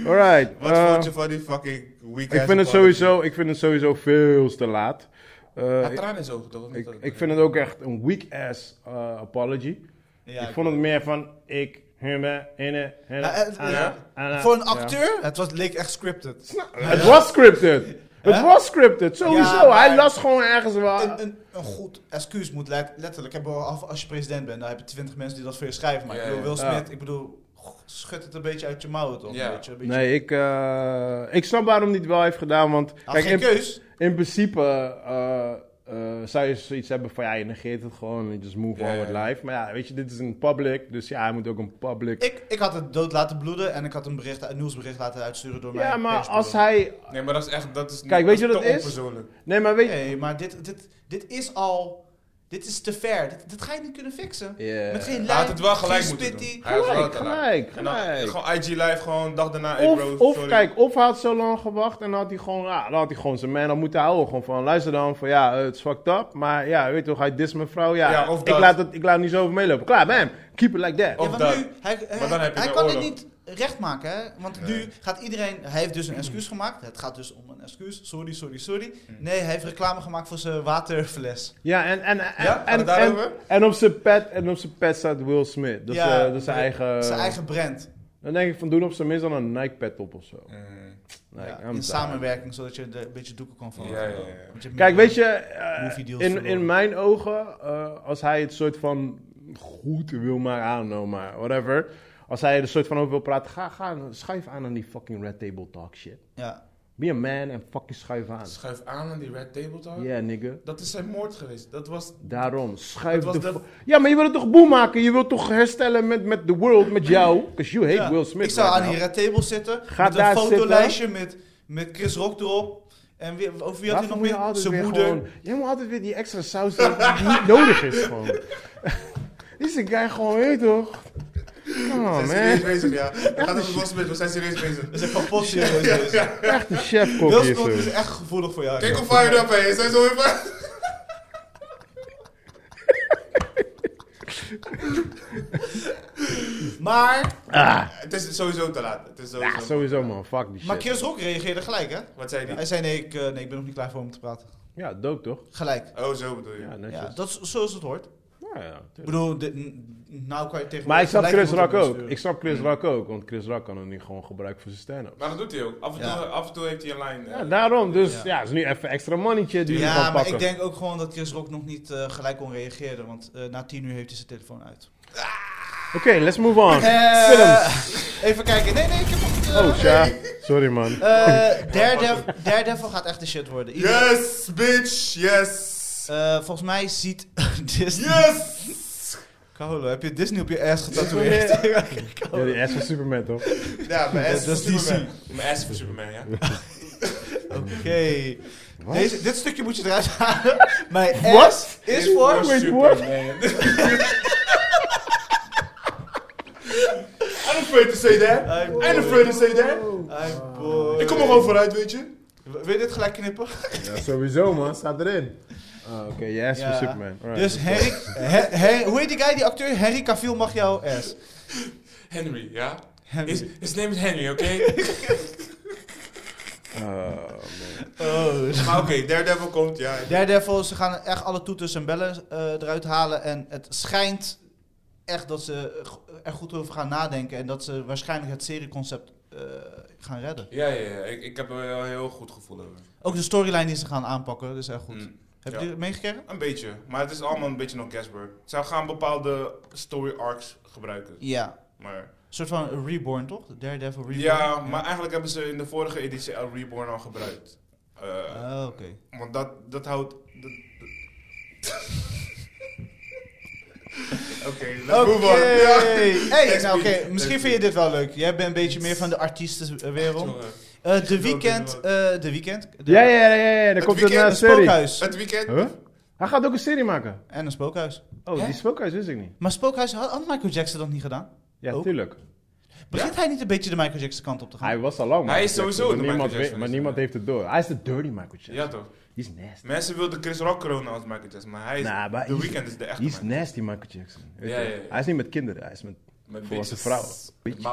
Alright.
Wat
eh,
vond je van die fucking weekend?
ik vind het sowieso, ik vind het sowieso veel te laat. Eh,
Hij had tranen in zijn ogen, toch? Of niet?
ik, ik vind het ook echt een weak ass eh, apology.
Ja,
ik vond het meer van ik, hem, henne,
Ja,
henne,
het-
Anna, Anna.
Voor een
Ja.
acteur, het was, leek echt scripted.
Het was scripted. Het
Hè?
was scripted, sowieso.
maar-
Hij las gewoon ergens wel.
Een, een, een goed excuus moet let- letterlijk. Ik bedoel, af- Als je president bent, dan heb je twintig mensen die dat voor je schrijven. Maar
Ja,
ik bedoel, Will
ja.
Smith, ik bedoel, goh, schud het een beetje uit je mouwen toch?
Ja.
Weet je, een beetje.
Nee, ik, eh, ik snap waarom hij het wel heeft gedaan. Want
Hij had
kijk,
geen
in,
keus.
in principe eh, eh, zou je zoiets hebben van ja, je negeert het gewoon. en Just move
Ja,
on
ja,
with
ja.
life. Maar ja, weet je, dit is een public. Dus ja, hij moet ook een public.
Ik, ik had het dood laten bloeden en ik had een, bericht, een nieuwsbericht laten uitsturen door
ja,
mijn
maar
persbureau.
als hij.
Nee, maar dat is echt... Dat is
Kijk, weet je
dat
wat het
te
is?
onpersoonlijk.
Nee, maar weet je.
Nee, maar dit, dit, dit is al... Dit is te ver. Dit, dit ga je niet kunnen fixen.
Ja.
Met
Hij
geen lijn,
Hij had het wel
geen
gelijk moeten
spitty.
doen. Hij had het wel
Gelijk,
gelijk.
gelijk,
En dan
gelijk.
gewoon IG live, gewoon dag daarna. hey bro,
Of, of
sorry.
kijk, of hij had zo lang gewacht en dan had hij gewoon, ja, dan had hij gewoon zijn man aan moeten houden. Gewoon van, luister dan, van ja, eh, het is fucked up, maar ja, weet je toch, hij dis mevrouw, ja,
Ja, of
ik,
dat.
laat het, ik laat het niet zo over meelopen. Klaar, bam, keep it like that.
Ja,
Of
want
dat.
nu, hij, hij-
Maar dan heb je
hij
de
kan dit
oorlog.
niet recht maken, hè? Want nu gaat iedereen... Hij heeft dus een excuus gemaakt. Het gaat dus om een excuus. Sorry, sorry, sorry.
Hm.
Nee, hij heeft reclame gemaakt voor zijn waterfles.
Ja, en, en, en,
Ja, gaat
en,
het
en,
daarover?
en op zijn pet, en op zijn pet staat Will Smith. Dat is,
Ja,
eh, dat is zijn, eigen,
Zijn eigen brand.
Dan denk ik van, doen op zijn minst dan een Nike pet op of zo.
Eh,
Mm.
Nee,
Ja,
I'm
in
tired.
samenwerking, zodat je er een beetje doeken kan van.
Ja, ja, ja.
Kijk, weet je, eh,
Movie deals
in,
verloren.
in mijn ogen, eh, als hij het soort van goed wil, maar aan, nou maar, whatever. Als hij er soort van over wil praten, ga, ga schuif aan aan die fucking red table talk shit.
Ja.
Be a man en fucking schuif aan.
Schuif aan aan die Red Table Talk.
Ja, Oh, yeah, nigga.
Dat is zijn moord geweest. Dat was...
Daarom, schuif
Dat
de...
was
fu-
dat-
Ja, maar je wil het toch boem maken? Je wilt toch herstellen met, met the world, met jou? Because you hate
Ja.
Will Smith
Ik zou
right
aan
now.
die red table zitten.
Ga
met
daar
een fotolijstje met, met Chris Rock erop. En wie, over wie had
Daarvoor
hij nog
moet je
meer?
altijd
Zijn
weer
moeder.
gewoon... Je moet altijd weer die extra saus die niet nodig is, gewoon. is een guy gewoon, weet je toch? Come
We
on,
zijn serieus
man.
bezig, ja. We gaan over Will Smith, we zijn serieus bezig.
We zijn kapot serieus. dus.
Echt een chefkok
Will
hier
Smith is
zo.
echt gevoelig voor jou.
Kijk hoe fired up hij is. Hij is zo even...
Maar,
Het is sowieso te laat. Het is sowieso...
Ja, Ah, sowieso man, fuck die
maar
shit.
Chris Rock reageerde gelijk, hè?
Wat zei
Hij
hij?
zei, nee ik, eh, nee, ik ben nog niet klaar voor om te praten.
Ja, dope toch?
Gelijk.
Oh, zo bedoel je.
Ja, netjes.
Ja, dat is zoals het hoort.
Ja, Ja, ja.
Ik
tuurlijk.
bedoel, dit, n- nou kan je tegenwoordig...
Maar ik snap
gelijk
Chris
iemand
Rock
op ons
ook.
sturen.
Ik snap Chris
Mm.
Rock ook, want Chris Rock kan hem niet gewoon gebruiken voor zijn stand-up.
Maar dat doet hij ook. Af en toe,
Ja.
af en toe heeft hij een lijn.
Ja,
eh,
daarom. Dus ja,
Ja.
het is nu even extra mannetje die je
ja,
kan
maar
pakken.
ik denk ook gewoon dat Chris Rock nog niet eh, gelijk kon reageren, want eh, na tien uur heeft hij zijn telefoon uit.
Oké, let's move on.
Eh,
Films.
Even kijken. Nee, nee, ik heb nog... eh,
Oh, tja. Sorry, man.
eh, Daredevil, Daredevil gaat echt de shit worden. Ieder-
Yes, bitch, yes.
Eh, volgens mij ziet Disney...
Yes!
Carlo, heb je Disney op je ass
Ja,
getatoeëerd?
Ja, die ass van Superman, toch?
Ja, mijn ass
Dat
is
is DC.
voor Superman. Mijn ass is voor Superman, ja.
Oké.
Wat?
Deze- Dit stukje moet je eruit halen. Mijn ass is voor...
Wait,
Superman. I'm afraid to say that.
I'm
I'm afraid to say that.
I'm bored.
Ik kom er gewoon vooruit, weet je.
Wil je dit gelijk knippen?
Ja, sowieso, man. Staat erin. Ah, Oké, je ass
Ja.
van Superman. Alright.
Dus Harry... He- He- hoe heet die guy, die acteur? Harry Cavill mag jouw ass.
Henry, ja?
Henry.
His, his name is Henry, oké?
Oh, man.
Oh.
maar oké, Daredevil komt, ja.
Daredevil, ze gaan echt alle toeters en bellen eh, eruit halen. En het schijnt echt dat ze er goed over gaan nadenken. En dat ze waarschijnlijk het serieconcept eh, gaan redden.
Ja, ja, ja. Ik, ik heb er wel een heel goed gevoel over.
Ook de storyline die ze gaan aanpakken, is echt goed.
Mm,
Heb
ja.
je het meegekregen?
Een beetje, maar het is allemaal een beetje nog guesswork. Ze gaan bepaalde story arcs gebruiken,
Ja.
maar...
Een soort van Reborn, toch? Daredevil Reborn.
Ja, maar eigenlijk hebben ze in de vorige editie al Reborn al gebruikt. Eh,
Oh, oké.
Want dat, dat houdt... dat- dat- Oké, let's
Oké.
move on. Ja.
Hey,
Next
nou,
week.
oké, misschien
Next
vind je dit wel leuk. Jij bent een beetje meer van de artiestenwereld.
week. Jongen,
Eh de weekend, eh de weekend. De-
Ja, ja, ja, ja, ja. Er
Het
komt een
weekend
eh,
Een
serie.
spookhuis.
Het weekend...
Huh? Hij gaat ook een serie maken.
En een spookhuis.
Oh, die spookhuis wist ik niet.
Maar spookhuis had, had Michael Jackson dat niet gedaan.
Ja,
Ook?
tuurlijk.
Begint hij niet een beetje de Michael Jackson kant op te gaan?
Hij was al lang
Hij is
Michael Jackson,
sowieso de
maar
Michael
niemand,
Jackson
weet- Maar
is
niemand
hij.
heeft het door. Hij is de dirty Michael Jackson.
Ja toch.
Die is nasty.
Mensen wilden Chris Rock corona als Michael Jackson, maar hij is...
Nou,
Nah, maar
The
is-
Weeknd is de echte
Die is
man.
nasty, Michael Jackson. Weet
Ja,
je?
ja, ja.
Hij is niet met kinderen, hij is met
Met
volwassen
bitches.
vrouwen.
Met
Bitches.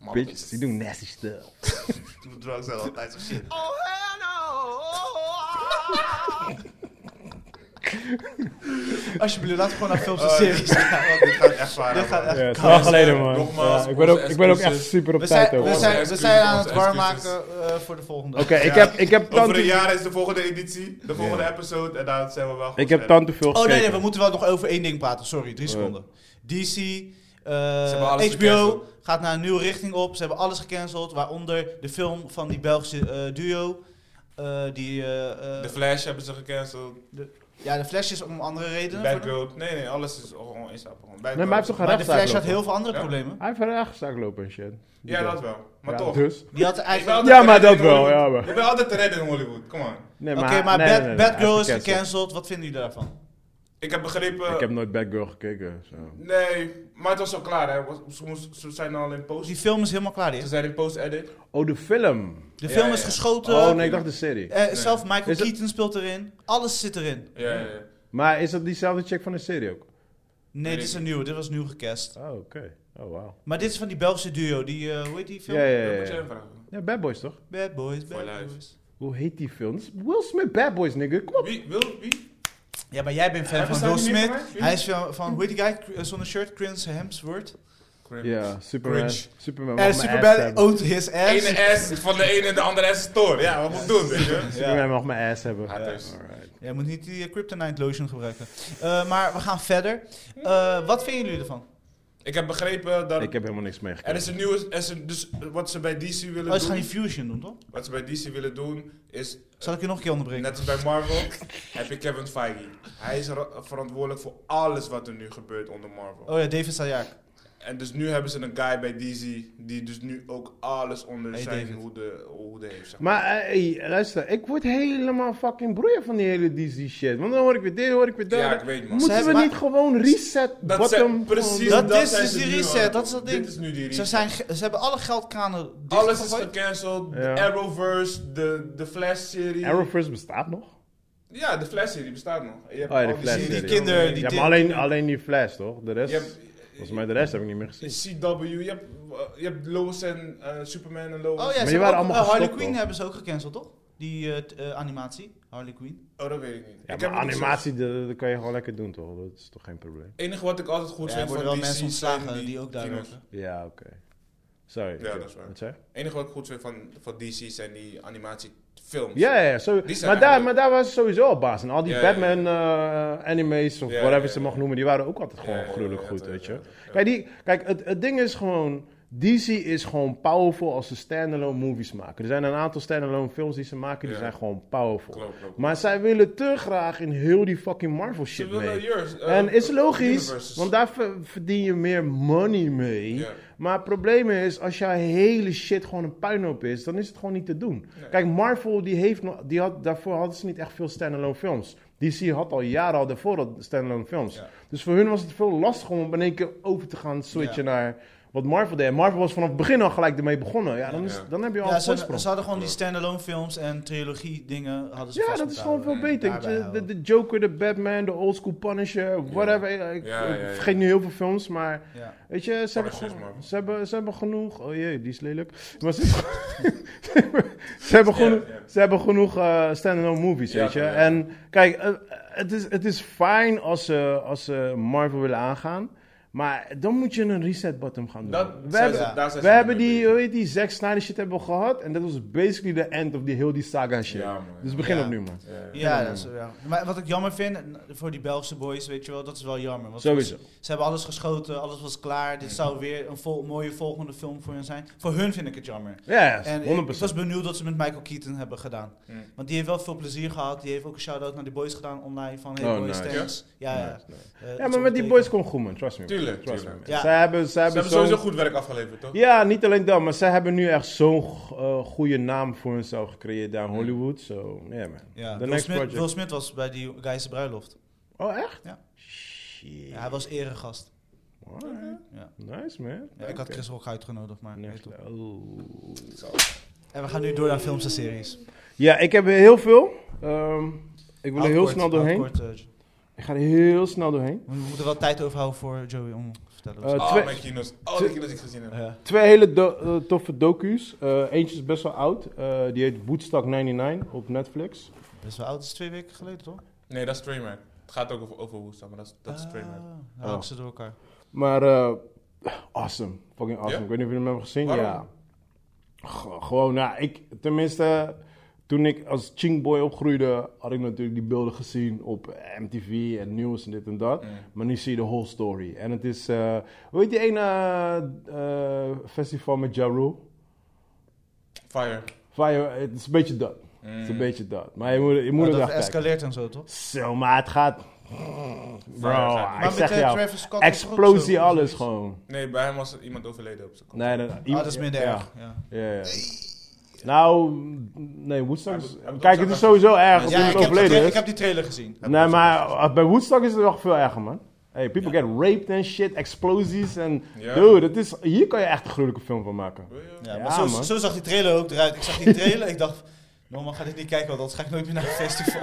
models.
bitches. Die doen nasty stuff.
doen drugs en altijd zo shit.
Oh, hell no! Alsjeblieft, laten we gewoon naar films en series gaan.
Oh, Ja, dit gaat echt zwaar.
Dit gaat
man.
echt-
Ja, het is
Kaas,
lang geleden,
eh,
man.
nogmaals,
Ja, ik, ben ook,
onze
ik ben ook echt
excuses.
super op
We
tijd
zijn, we
over.
Onze
zijn, we
excuses,
zijn aan het
onze
warm
excuses.
maken eh, voor de volgende.
Oké, ik
Ja.
heb, ik heb,
Over een
tante,
jaar is de volgende editie, de volgende episode, en daar zijn we wel goed
ik heb
verder.
tante veel
Oh
gekeken.
nee, nee, we moeten wel nog over één ding praten. Sorry, drie
Oh.
seconden. DC, eh,
hebben alles
HBO
gecanceld.
gaat naar een nieuwe richting op. Ze hebben alles gecanceld, waaronder de film van die Belgische eh, duo. Eh, die, eh, eh,
De Flash hebben ze gecanceld.
ja, de Flash is om andere redenen.
Batgirl. Nee, nee, alles is gewoon instappen. Gewoon. Batgirl.
Nee, maar hij heeft toch een
Maar de
rechtszaak
Flash had
lopen?
heel veel andere
Ja.
problemen.
Hij heeft een rechtszaak lopen en shit.
Ja, dat wel. Maar
Ja,
toch.
Dus?
Die had
Ik ben
eigenlijk...
altijd
Ja, maar
te redden
dat
in
wel,
Hollywood.
ja, maar-
Ik ben altijd te redden in Hollywood, come on.
Nee,
Oké,
nee,
maar Bad,
nee, nee, nee, hij
Batgirl is
gecanceld.
gecanceld. Wat vinden jullie daarvan?
Ik heb begrepen...
Ik heb nooit Batgirl gekeken. zo.
Nee, maar het was al klaar, hè. Was- Ze, moest- ze zijn al in post.
Dus Die film is helemaal klaar, die.
Ze zijn in post-edit.
Oh, de film.
De
Ja,
film
ja,
is
ja.
geschoten.
Oh nee, ik dacht de serie.
Eh, Zelf Michael
Is het-
Keaton speelt erin. Alles zit erin.
Ja, ja, ja.
Maar is dat diezelfde chick van de serie ook?
Nee,
ik
dit is een nieuwe. Dit was nieuw gecast.
Oh, oké. Oh, wauw.
Maar dit is van die Belgische duo, die, eh, hoe heet die film?
Ja, ja,
Dat
ja,
moet jij
ja.
hem vragen.
Ja, Bad Boys toch?
Bad Boys,
For
Bad
Life.
Boys.
Hoe heet die film? Dat is Will Smith Bad Boys, nigga. Kom op.
Wie? Wil? Wie?
Ja, maar jij bent fan
Hebben
van
ze
Will
daar niet meer
Smith.
gemaakt?
Hij is van, van hoe heet die guy Cr- eh, zonder shirt? Chris Hemsworth.
Ja, Superman.
Cringe.
Superman. mag
En
mijn ass
Superbad
hebben.
owned Oh, his ass.
Ene S van de ene en de andere S is Thor. Ja, wat moet ik doen, weet je?
Superman mag mijn ass hebben.
Ja, dus.
Alright.
Jij moet niet die eh, Kryptonite lotion gebruiken. Eh, maar we gaan verder. Eh, wat vinden jullie ervan?
Ik heb begrepen dat...
Ik heb helemaal niks
Er
meegekregen.
is een nieuwe... er is een- dus wat ze bij DC
Oh,
willen
ze gaan
doen...
die fusion doen, toch?
Wat ze bij DC willen doen is...
Zal ik je nog een keer onderbreken?
Net als bij Marvel heb je Kevin Feige. Hij is ra- verantwoordelijk voor alles wat er nu gebeurt onder Marvel.
Oh ja, David Sajak.
En dus nu hebben ze een guy bij DC die dus nu ook alles onder
Hey,
zijn
David.
hoede, hoede heeft. Zeg maar.
Maar eh, hey, luister, ik word helemaal fucking broeier van die hele DC shit. Want dan hoor ik weer dit, hoor ik weer dat.
Ja, ik weet, man.
Moeten
Ze
we
hebben-
niet gewoon reset
Dat
bottom?
zijn- precies.
gewoon-
Dat,
dat
is
zijn
dus
ze
die
nu aan
reset,
het
dat is dat
doen.
ding.
Dit is nu die
Ze,
reset.
zijn, ge- ze hebben alle geldkranen
Alles is
dichtgegooid.
gecanceld.
Ja.
De Arrowverse, de, de Flash-serie.
Arrowverse bestaat nog?
Ja, de Flash-serie bestaat nog. Je hebt
Oh ja, de
al die
Flash-serie.
serie-
Die
kinderen,
Ja,
die
maar
dit-
alleen, alleen die Flash toch? De rest,
Je hebt
volgens mij de rest heb ik niet meer gezien.
CW, je hebt, eh, je hebt Lois en eh, Superman en Lois.
Oh ja, ze
die
hebben
waren
ook,
allemaal
eh, Harley
gestopt,
Quinn
toch?
hebben ze ook gecanceld, toch? Die eh, t- eh, animatie, Harley Quinn.
Oh, dat weet ik niet.
Ja,
ik
maar
het niet
animatie, dat, dat kan je gewoon lekker doen, toch? Dat is toch geen probleem?
Het enige wat ik altijd goed
Ja,
vind
er worden
van
wel
DC
mensen ontslagen
zijn
die, ook daar
dingen.
werken.
Ja, oké. Sorry.
Ja,
oké.
dat is waar.
Wat zei je?
Het enige wat ik goed vind van, van DC zijn die animatiefilms.
Ja, ja, ja. Zo,
Die zijn
maar, daar,
eigenlijk-
maar daar was ze sowieso al baas. En al die
Ja, ja, ja.
Batman eh, animes of
Ja,
whatever
ja, ja.
ze mag noemen, die waren ook altijd gewoon
Ja, ja,
gruwelijk
ja,
goed,
dat-
weet je.
ja, ja.
Kijk, die, kijk het, het ding is gewoon... DC is gewoon powerful als ze standalone movies maken. Er zijn een aantal standalone films die ze maken, die
Ja.
zijn gewoon powerful.
Klopt, klopt.
Maar zij willen te graag in heel die fucking Marvel
Ze
shit
willen
mee.
yours, eh,
En is logisch,
universes.
want daar ver- verdien je meer money mee.
Ja.
Maar het probleem is, als jouw hele shit gewoon een puinhoop is, dan is het gewoon niet te doen.
Nee.
Kijk, Marvel, die heeft nog, die had, daarvoor hadden ze niet echt veel standalone films. DC had al jaren al daarvoor al standalone films.
Ja.
Dus voor hun was het veel lastiger om in één keer over te gaan switchen naar wat Marvel deed. En Marvel was vanaf het begin al gelijk ermee begonnen. Ja, dan, is,
Ja.
dan heb je al
Ja,
een
ze,
voorsprong.
ze hadden gewoon die standalone films en trilogie dingen. Hadden ze
Ja,
vast
dat is gewoon
moeten
veel
houden
beter.
en daarbij
De, de,
houden.
de Joker, de Batman, de Old School Punisher, whatever. Ik,
Ja, ja,
ik
ja.
vergeet nu heel veel films, maar...
Ja.
Weet je, ze hebben,
Punisher is
gewoon-
Marvel.
ze, hebben, ze hebben genoeg. Oh jee, die is lelijk. Maar ze, ze hebben- ze hebben genoeg,
Ja, ja.
ze hebben genoeg eh, standalone movies,
Ja,
weet je.
ja.
En kijk, eh, het, is, het is fijn als ze, als ze Marvel willen aangaan. Maar dan moet je een reset button gaan doen.
Dat
we
zijn
hebben,
ze- daar zijn
we
ze
hebben
mee
die,
bezig.
hoe heet die Zack Snyder shit hebben we gehad. En dat was basically the end of die heel die saga shit.
Ja, man.
dus begin
Ja.
opnieuw, man.
Ja.
Ja, dat is, ja, maar wat ik jammer vind, en voor die Belgische boys, weet je wel, dat is wel jammer. Want
Sowieso.
Ze hebben alles geschoten, alles was klaar. Dit zou weer een vol, mooie volgende film voor hen zijn. Voor hun vind ik het jammer.
Ja,
En ik-
100%.
ik was benieuwd wat ze met Michael Keaton hebben gedaan.
Mm.
Want die heeft wel veel plezier gehad. Die heeft ook een shout-out naar die boys gedaan online. Van, hey
Oh,
boys,
nice.
thanks. Ja, ja.
Nice, nice.
Eh,
Ja,
iets
maar met die
ondertekend.
boys komt goed, man. Trust me. man.
Tuurlijk,
Trust me,
tuurlijk.
man.
Ja.
Zij hebben, zij
Ze hebben
zo'n-
sowieso goed werk afgeleverd, toch?
Ja, niet alleen dat, maar zij hebben nu echt zo'n eh, goede naam voor hunzelf gecreëerd daar in Hollywood. So, yeah man.
Ja.
The
Will,
next
Smith,
project.
Will Smith was bij die Guy's bruiloft.
Oh, echt?
Ja.
Shit.
Ja, hij was eregast.
Alright.
Ja.
Nice, man.
Ja, ik had Chris Rock uitgenodigd, maar...
Next
weet je.
level. Oh.
En we gaan nu door naar films en series.
Ja, ik heb heel veel. Ehm, ik wil er heel
Houd
snel
kort,
doorheen.
houd kort, eh,
Ik ga er heel snel doorheen.
We moeten wel tijd overhouden voor Joey om te vertellen.
Eh,
Oh,
twee-
mijn kino's. Oh, die kino's die ik gezien heb.
ja.
Twee hele do- eh, toffe docu's. Eh, eentje is best wel oud. Eh, die heet Woodstock 99 op Netflix.
Best wel oud, dat is twee weken geleden toch?
Nee, dat is Trainwreck. Het gaat ook over, over Woestijn, maar dat is, dat is Trainwreck.
Ah, dan
Oh.
oh. ze door elkaar.
Maar eh, awesome. Fucking awesome.
Ja?
Ik weet niet of jullie hem hebben gezien.
Waarom?
Ja. G- gewoon, nou, ik, tenminste, toen ik als Ching Boy opgroeide, had ik natuurlijk die beelden gezien op MTV en nieuws en dit en dat.
Mm.
Maar nu zie je de whole story. En het is, eh hoe heet die ene eh, eh, festival met Ja Rule?
Fire.
Fire, het is een beetje dat. Het is een
Mm.
beetje dat. Maar je moet, je moet
Maar
er
Nou, dat
echt kijken.
escaleert en zo toch?
Zo, maar het gaat... Bro,
gaat niet.
ik
maar met
zeg
eh,
jou,
Travis Scott was er ook zo,
explosie
of
alles
zoiets.
gewoon.
Nee, bij hem was er iemand overleden op zijn kop.
Nee, nee, nee,
Ah,
iemand-
dat is minder
ja.
erg. Ja.
Ja, ja. Nou, m, nee, Woodstock
Hij
is...
moet- hij moet
Kijk,
ook
het is
zeggen-
sowieso erg als
Ja,
iemand
ik, heb die
overleden
tra-
is.
ik heb die trailer gezien.
Nee, maar uh, bij Woodstock is het nog veel erger, man. Hey, people get raped en shit, explosies en...
Ja.
Dude, het is, hier kan je echt een gruwelijke film van maken.
Wil je?
Ja,
Ja,
maar zo,
man.
zo zag die trailer ook eruit. Ik zag die trailer ik dacht, normaal ga ik dit niet kijken, want anders ga ik nooit meer naar een festival.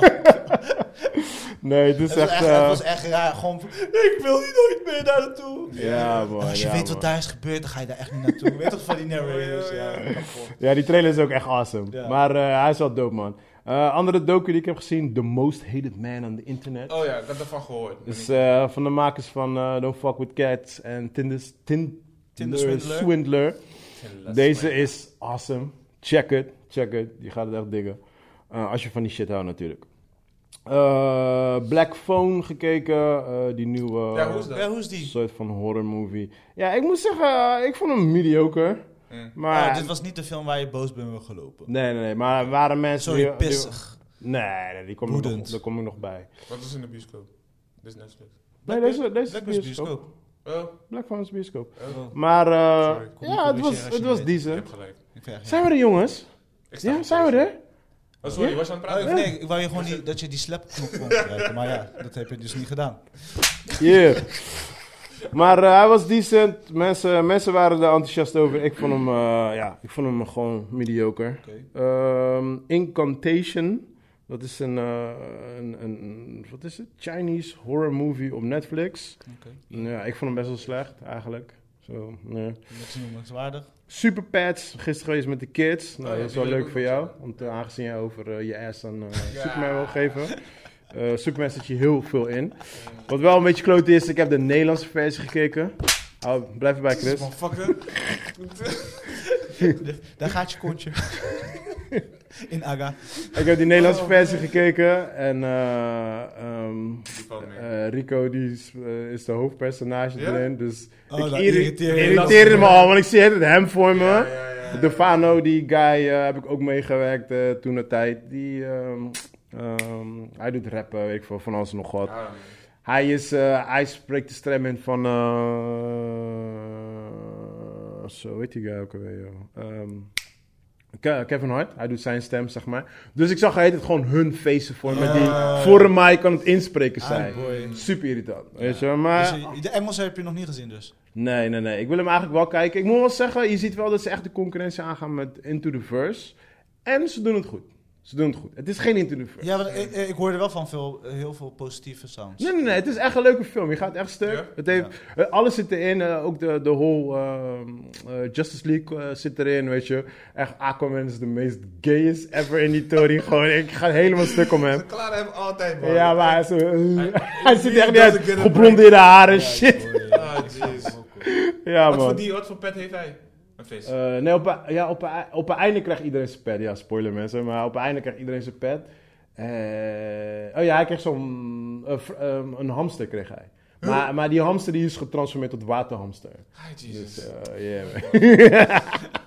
Nee, het is
het, was
echt...
echt,
eh,
het was echt raar. Gewoon, van, ik wil hier nooit meer naartoe.
Ja, man.
En als je
ja,
weet
man.
wat daar is gebeurd, dan ga je daar echt niet naartoe. Je weet toch van die narrators? Ja, kapot.
Ja, die trailer is ook echt awesome.
Ja.
Maar eh, hij is wel dope, man. Eh, andere docu die ik heb gezien, The Most Hated Man on the Internet.
Oh ja, ik had ervan gehoord. maar
is
niet-
eh, van de makers van eh, Don't Fuck With Cats en Tinder, Tin-
Tinder
Swindler.
Swindler.
geen last
Deze
van.
is awesome. Check it, check it. Je gaat het echt diggen. Eh, als je van die shit houdt natuurlijk. Eh, Black Phone gekeken, eh, die nieuwe
Ja, hoe is dat?
Ja, hoe is die?
soort van horror movie. Ja, ik moet zeggen, eh, ik vond hem mediocre.
Mm.
Maar
Oh, dit was niet de film waar je boos bent wil gelopen.
nee, nee, nee, maar er waren mensen
Sorry,
die, die-
pissig.
nee, nee, die kom ik nog,
Woedend.
daar kom ik nog bij.
Wat is in de bioscoop? Dit is Netflix.
Nee, deze, deze
Black is
bioscoop.
bioscoop.
Oh,
Black Phone is bioscoop.
oh.
Maar eh,
Sorry,
kom niet
ja, het was,
corrigeren als
het
je
was
weet.
Je
decent.
hebt gelijk.
Ik vraag je.
Zijn we er jongens?
Ik sta
Ja,
op-
zijn we er?
Oh, sorry,
Ja?
was je aan het
Oh,
praten?
nee, ik wou je gewoon die, dat je die slapknop kon gebruiken, maar ja, dat heb je dus niet gedaan.
Yeah. Maar eh, hij was decent. Mensen, mensen waren er enthousiast over. Ik vond hem, eh, ja, ik vond hem gewoon mediocre.
Oké.
Ehm, Incantation. Dat is een, eh, een, een, wat is het? Chinese horror movie op Netflix.
Oké.
Ja, ik vond hem best wel slecht, eigenlijk. Zo, nee.
Niks noemenswaardig.
Super pets, gisteren geweest met de kids. Nou,
Oh ja,
dat is
die
wel
wil ik
leuk
ook
voor
nog
jou,
zeggen.
want eh, aangezien jij over eh, je ass aan eh,
Ja.
Superman wil geven. Eh Superman zet je heel veel in. Wat wel een beetje kloot is, ik heb de Nederlandse versie gekeken. Hou- blijf erbij, Chris.
Motherfucker.
Daar gaat je kontje. In Aga.
Ik heb die Nederlandse
Oh,
versie gekeken en eh, ehm,
Die valt mee.
eh, Rico die is, eh, is de hoofdpersonage
Ja?
erin, dus
Oh,
ik
dat
irri-
irriteert me.
irriteerde me al, want ik zie het hem voor me.
Ja, ja, ja, ja.
De Fano, die guy, eh, heb ik ook meegewerkt eh, toen de tijd. Die, ehm, ehm, hij doet rappen, weet ik veel, van alles en nog wat.
Ah,
Hij, is, eh, hij spreekt de stem in van... eh, zo heet die guy ook alweer, joh. Ehm, Ke- Kevin Hart, hij doet zijn stem, zeg maar. Dus ik zag het gewoon hun faces voor me,
Ah.
die voor een mic aan het inspreken zijn.
Ah, boy.
Super irritant, weet je wel. Maar
Dus, eh, de Engelse heb je nog niet gezien dus.
Nee, nee, nee. Ik wil hem eigenlijk wel kijken. Ik moet wel zeggen, je ziet wel dat ze echt de concurrentie aangaan met Into the Verse. En ze doen het goed. Ze doen het goed. Het is geen Into the Verse.
Ja, want eh, ik, ik hoorde wel van veel, heel veel positieve sounds.
Nee, nee, nee. Het is echt een leuke film. Je gaat echt stuk.
Ja?
Het heeft, eh, Alles zit erin. eh, ook de, de whole ehm, eh, Justice League eh, zit erin, weet je. Echt, Aquaman is de meest gayest ever in die tory. Gewoon, ik ga helemaal stuk om hem.
Ze klaren hem altijd, man.
Ja, maar hij, is, eh, hij ziet er echt
doesn't
niet uit.
get a break.
Geblondeerde haren, shit.
Ah, jeez.
Ja,
Wat, voor
man.
die- wat voor pet heeft hij? Een vis.
Eh, nee, op, ja, op, op het einde krijgt iedereen zijn pet. Ja, spoiler mensen, maar op het einde krijgt iedereen zijn pet. Eh, oh ja, hij kreeg zo'n... eh, fr- ehm, een hamster kreeg hij. Maar, maar die hamster die is getransformeerd tot waterhamster.
Ah,
Dus,
jezus.
eh, yeah, man.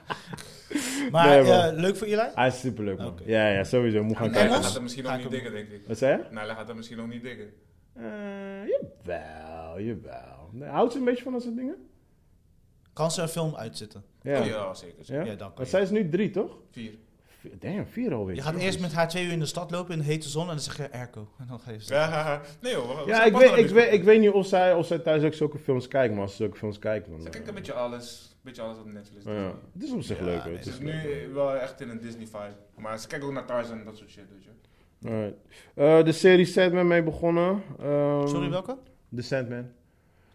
Maar
Nee, man.
eh, leuk voor Eli?
Hij is superleuk, man.
Oké.
Ja, ja, sowieso. Moet gaan
Nee, hij
kijken.
gaat hem misschien nog niet dikken, denk ik.
Wat zei je?
Nee, hij gaat hem misschien nog niet dikken.
Eh, jawel, jawel. Nee, houdt ze een beetje van dat soort dingen?
Kan ze een film uitzitten?
Ja.
Oh, ja, zeker.
Ja?
Ja, dan kan
Maar
je.
zij is nu drie, toch?
Vier.
Vier- Damn, vier alweer.
Je gaat eerst met haar twee uur in de stad lopen in de hete zon en dan zeg je airco. En dan ga je ze.
Ja, nee hoor. we- we
Ja,
zijn
ik
pas
weet,
aan het
ik, weet,
discussiëren.
ik weet niet of zij, of zij thuis ook zulke films kijkt, maar als ze zulke films kijkt, dan...
Ze
eh, nou
kijken een beetje alles. Een beetje alles op Netflix.
Ja, het is op zich
Ja,
leuk. hoor.
nee,
het
Ze
is
is nu wel echt in een Disney-vibe. Maar ze kijken ook naar Tarzan en dat soort shit, weet je. Oh,
Alright. Eh, de serie Sandman mee begonnen. Ehm,
Sorry, welke?
The Sandman.
Oh,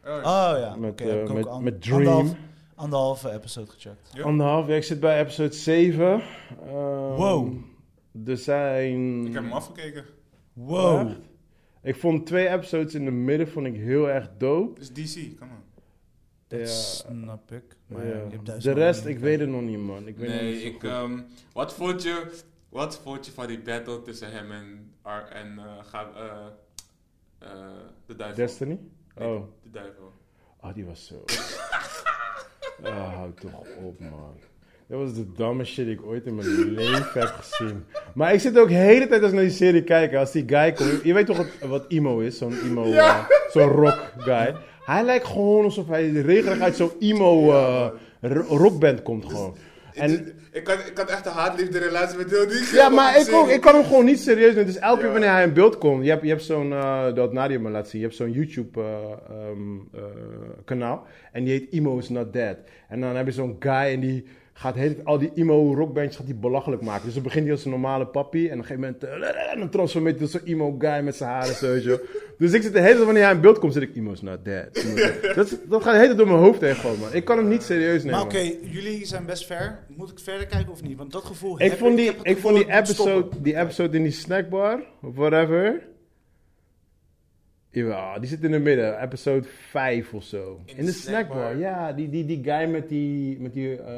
ja.
Oh ja.
Met,
Oké,
eh,
heb ik ook
met-
an-
met Dream.
Anderhalf, anderhalve episode gecheckt.
Ja.
Anderhalf. Ja, ik zit bij episode 7. Ehm,
Wow.
Er zijn...
Ik heb hem afgekeken.
Wow.
Echt? Ik vond twee episodes in de midden vond ik heel erg dope.
Het is DC, come on.
Ja.
Dat snap ik. Maar
Ja.
je hebt
De
duizend
rest,
andere
ik weet
dingen.
het nog niet, man. Ik weet nog
Nee,
niet zo
ik,
goed.
ehm, wat, vond je, wat vond je van die battle tussen hem en, Ar- en eh, Ga- eh, eh, de duivel?
Destiny?
Nee,
Oh.
De duivel.
Oh, die was zo... Ah, hou toch op, man. Dat was de domme shit die ik ooit in mijn leven heb gezien. Maar ik zit ook de hele tijd als ik naar die serie kijken. Als die guy komt... Je weet toch wat, wat emo is? Zo'n emo... eh, zo'n rock guy. Hij lijkt gewoon alsof hij regelrecht uit zo'n emo eh, ro- rockband komt gewoon. En...
Ik had, ik had echt een haatliefde relatie met heel die
Ja, maar ik, ook,
serie.
ik kan hem gewoon niet serieus nemen. Dus elke keer
Ja.
wanneer hij in beeld komt, je hebt, je hebt zo'n, eh, dat Nadia me laat zien, je hebt zo'n YouTube eh, ehm, eh, kanaal en die heet Emo is Not Dead. En dan heb je zo'n guy en die gaat heel, al die emo rockbandjes gaat die belachelijk maken. Dus dan begint hij als een normale pappie en op een gegeven moment eh, en dan transformeert hij tot zo'n emo guy met zijn haren zo. weet je wel. Dus ik zit de hele tijd wanneer hij in beeld komt, zit ik Emo is Not Dead. Emo is not dead. dat, is- dat gaat de hele tijd door mijn hoofd heen gewoon, man. Ik kan hem niet serieus nemen.
Maar oké, jullie zijn best ver. Moet ik verder kijken of niet? Want dat gevoel
Ik
heb
vond die,
heb het
ik
gevoel
vond die,
dat ik moet
episode,
stoppen.
die episode in die snackbar, of whatever. Ja, die zit in het midden, episode 5 of zo. In, de, snackbar. ja. Die, die, die guy met die, met die eh,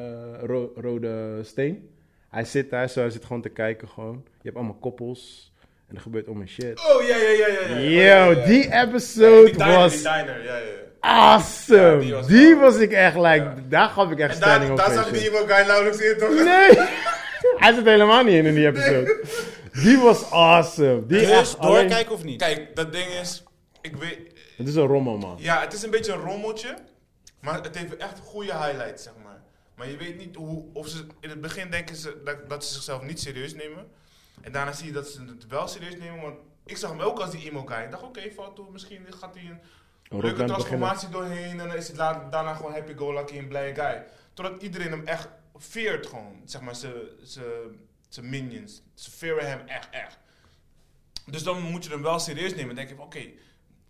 ro- rode steen. Hij zit daar zo, hij zit gewoon te kijken gewoon. Je hebt allemaal koppels en er gebeurt allemaal shit.
Oh, ja, ja, ja, ja. ja.
Yo,
ja, ja, ja.
die episode
Die diner, die
was
diner, ja, ja. ja.
awesome.
Ja,
die
die
was,
was-
ik echt, like,
Ja.
daar gaf ik echt
En
standing
daar, daar
ovation.
zag die emo guy nauwelijks in, toch?
Nee! Hij zit helemaal niet in in die episode. Die was awesome. Die
Dus
echt alleen-
doorkijken of niet?
Kijk, dat ding is... Ik weet...
Het is een rommel, man.
Ja, het is een beetje een rommeltje. Maar het heeft echt goede highlights, zeg maar. Maar je weet niet hoe... Of ze, in het begin denken ze dat, dat ze zichzelf niet serieus nemen. En daarna zie je dat ze het wel serieus nemen. Want ik zag hem ook als die emo guy. Ik dacht, oké, valt toe. Misschien gaat hij een
Een
leuke
rockband beginnen.
transformatie doorheen. En dan is het la- daarna gewoon happy-go-lucky en blije guy. Totdat iedereen hem echt veert gewoon. Zeg maar, ze- ze- zijn minions. Ze veren hem echt, echt. Dus dan moet je hem wel serieus nemen. Dan denk je van, oké,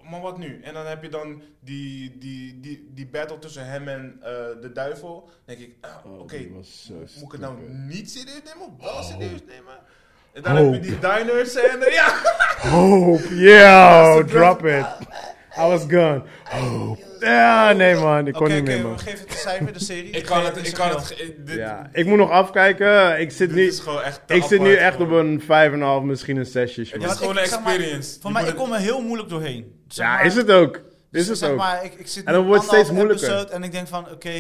maar wat nu? En dan heb je dan die, die, die, die battle tussen hem en eh, de duivel. Dan denk ik, ah,
Oh,
oké,
die was zo
moet ik het nou
stupid. Oh.
niet serieus nemen of wel serieus nemen? En dan
Hope.
heb je die diners en eh, ja!
Hope, yeah, drop it. I was gone. Hope. Ja, nee man, ik kon
Oké,
niet
oké,
meer man.
we geven het een cijfer, de serie. dus
Ik kan het,
Geef
ik kan het,
een
ge- dit,
Ja, ik moet nog afkijken. Ik zit,
Dit
nu,
is gewoon echt te
ik zit nu
apart
echt op
gewoon.
een 5,5, misschien een 6.
het
Ja,
is
want
gewoon
ik-
een
zeg maar,
experience.
Voor
Je
mij,
moet
ik kom er heel moeilijk doorheen. Zeg
Ja,
maar,
is het ook. Is
dus
het
zeg
ook.
Maar, ik, ik zit
En dan
nu
wordt het steeds
anderhalve
moeilijker.
episode En ik denk van, oké,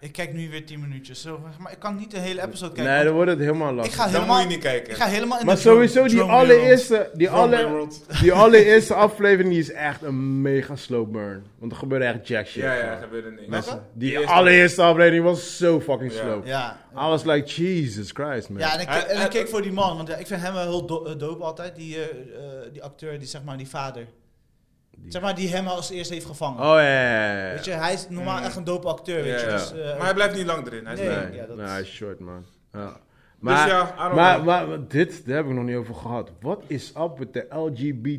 ik kijk nu weer 10 minuutjes. Zo, maar ik kan niet de hele episode kijken.
Nee, dan
want
wordt het helemaal
ik
lastig.
ga
Dan moet
helemaal,
je niet kijken.
ik ga helemaal in
Maar
de drone-
sowieso, die
drone wereld.
allereerste, die,
Zombie
alle,
World.
die allereerste aflevering die is echt een mega slow burn. Want er gebeurde echt jack shit.
Ja, ja,
gewoon.
gebeurde niks.
Welke?
Die
Eerste.
allereerste aflevering was zo fucking
Ja.
slow.
Ja.
I was like, Jesus Christ, man.
Ja, en ik,
Hij-
en
hij-
ik keek voor die man, want ja, ik vind hem wel heel do- eh, dope altijd. Die, eh, eh, die acteur, die zeg maar, die vader. Zeg maar, die hem als eerste heeft gevangen.
Oh ja, ja, ja, ja.
Weet je, hij is normaal
Mm.
echt een dope acteur, weet je.
Ja, ja.
Dus, eh,
Maar hij blijft niet lang erin. Hij is
Nee.
nee.
Nee,
ja, dat
nee,
is-
hij is short, man. Ja.
Maar,
Maar,
dus ja, I don't
maar,
know.
maar, maar dit, daar heb ik nog niet over gehad. Wat is up met de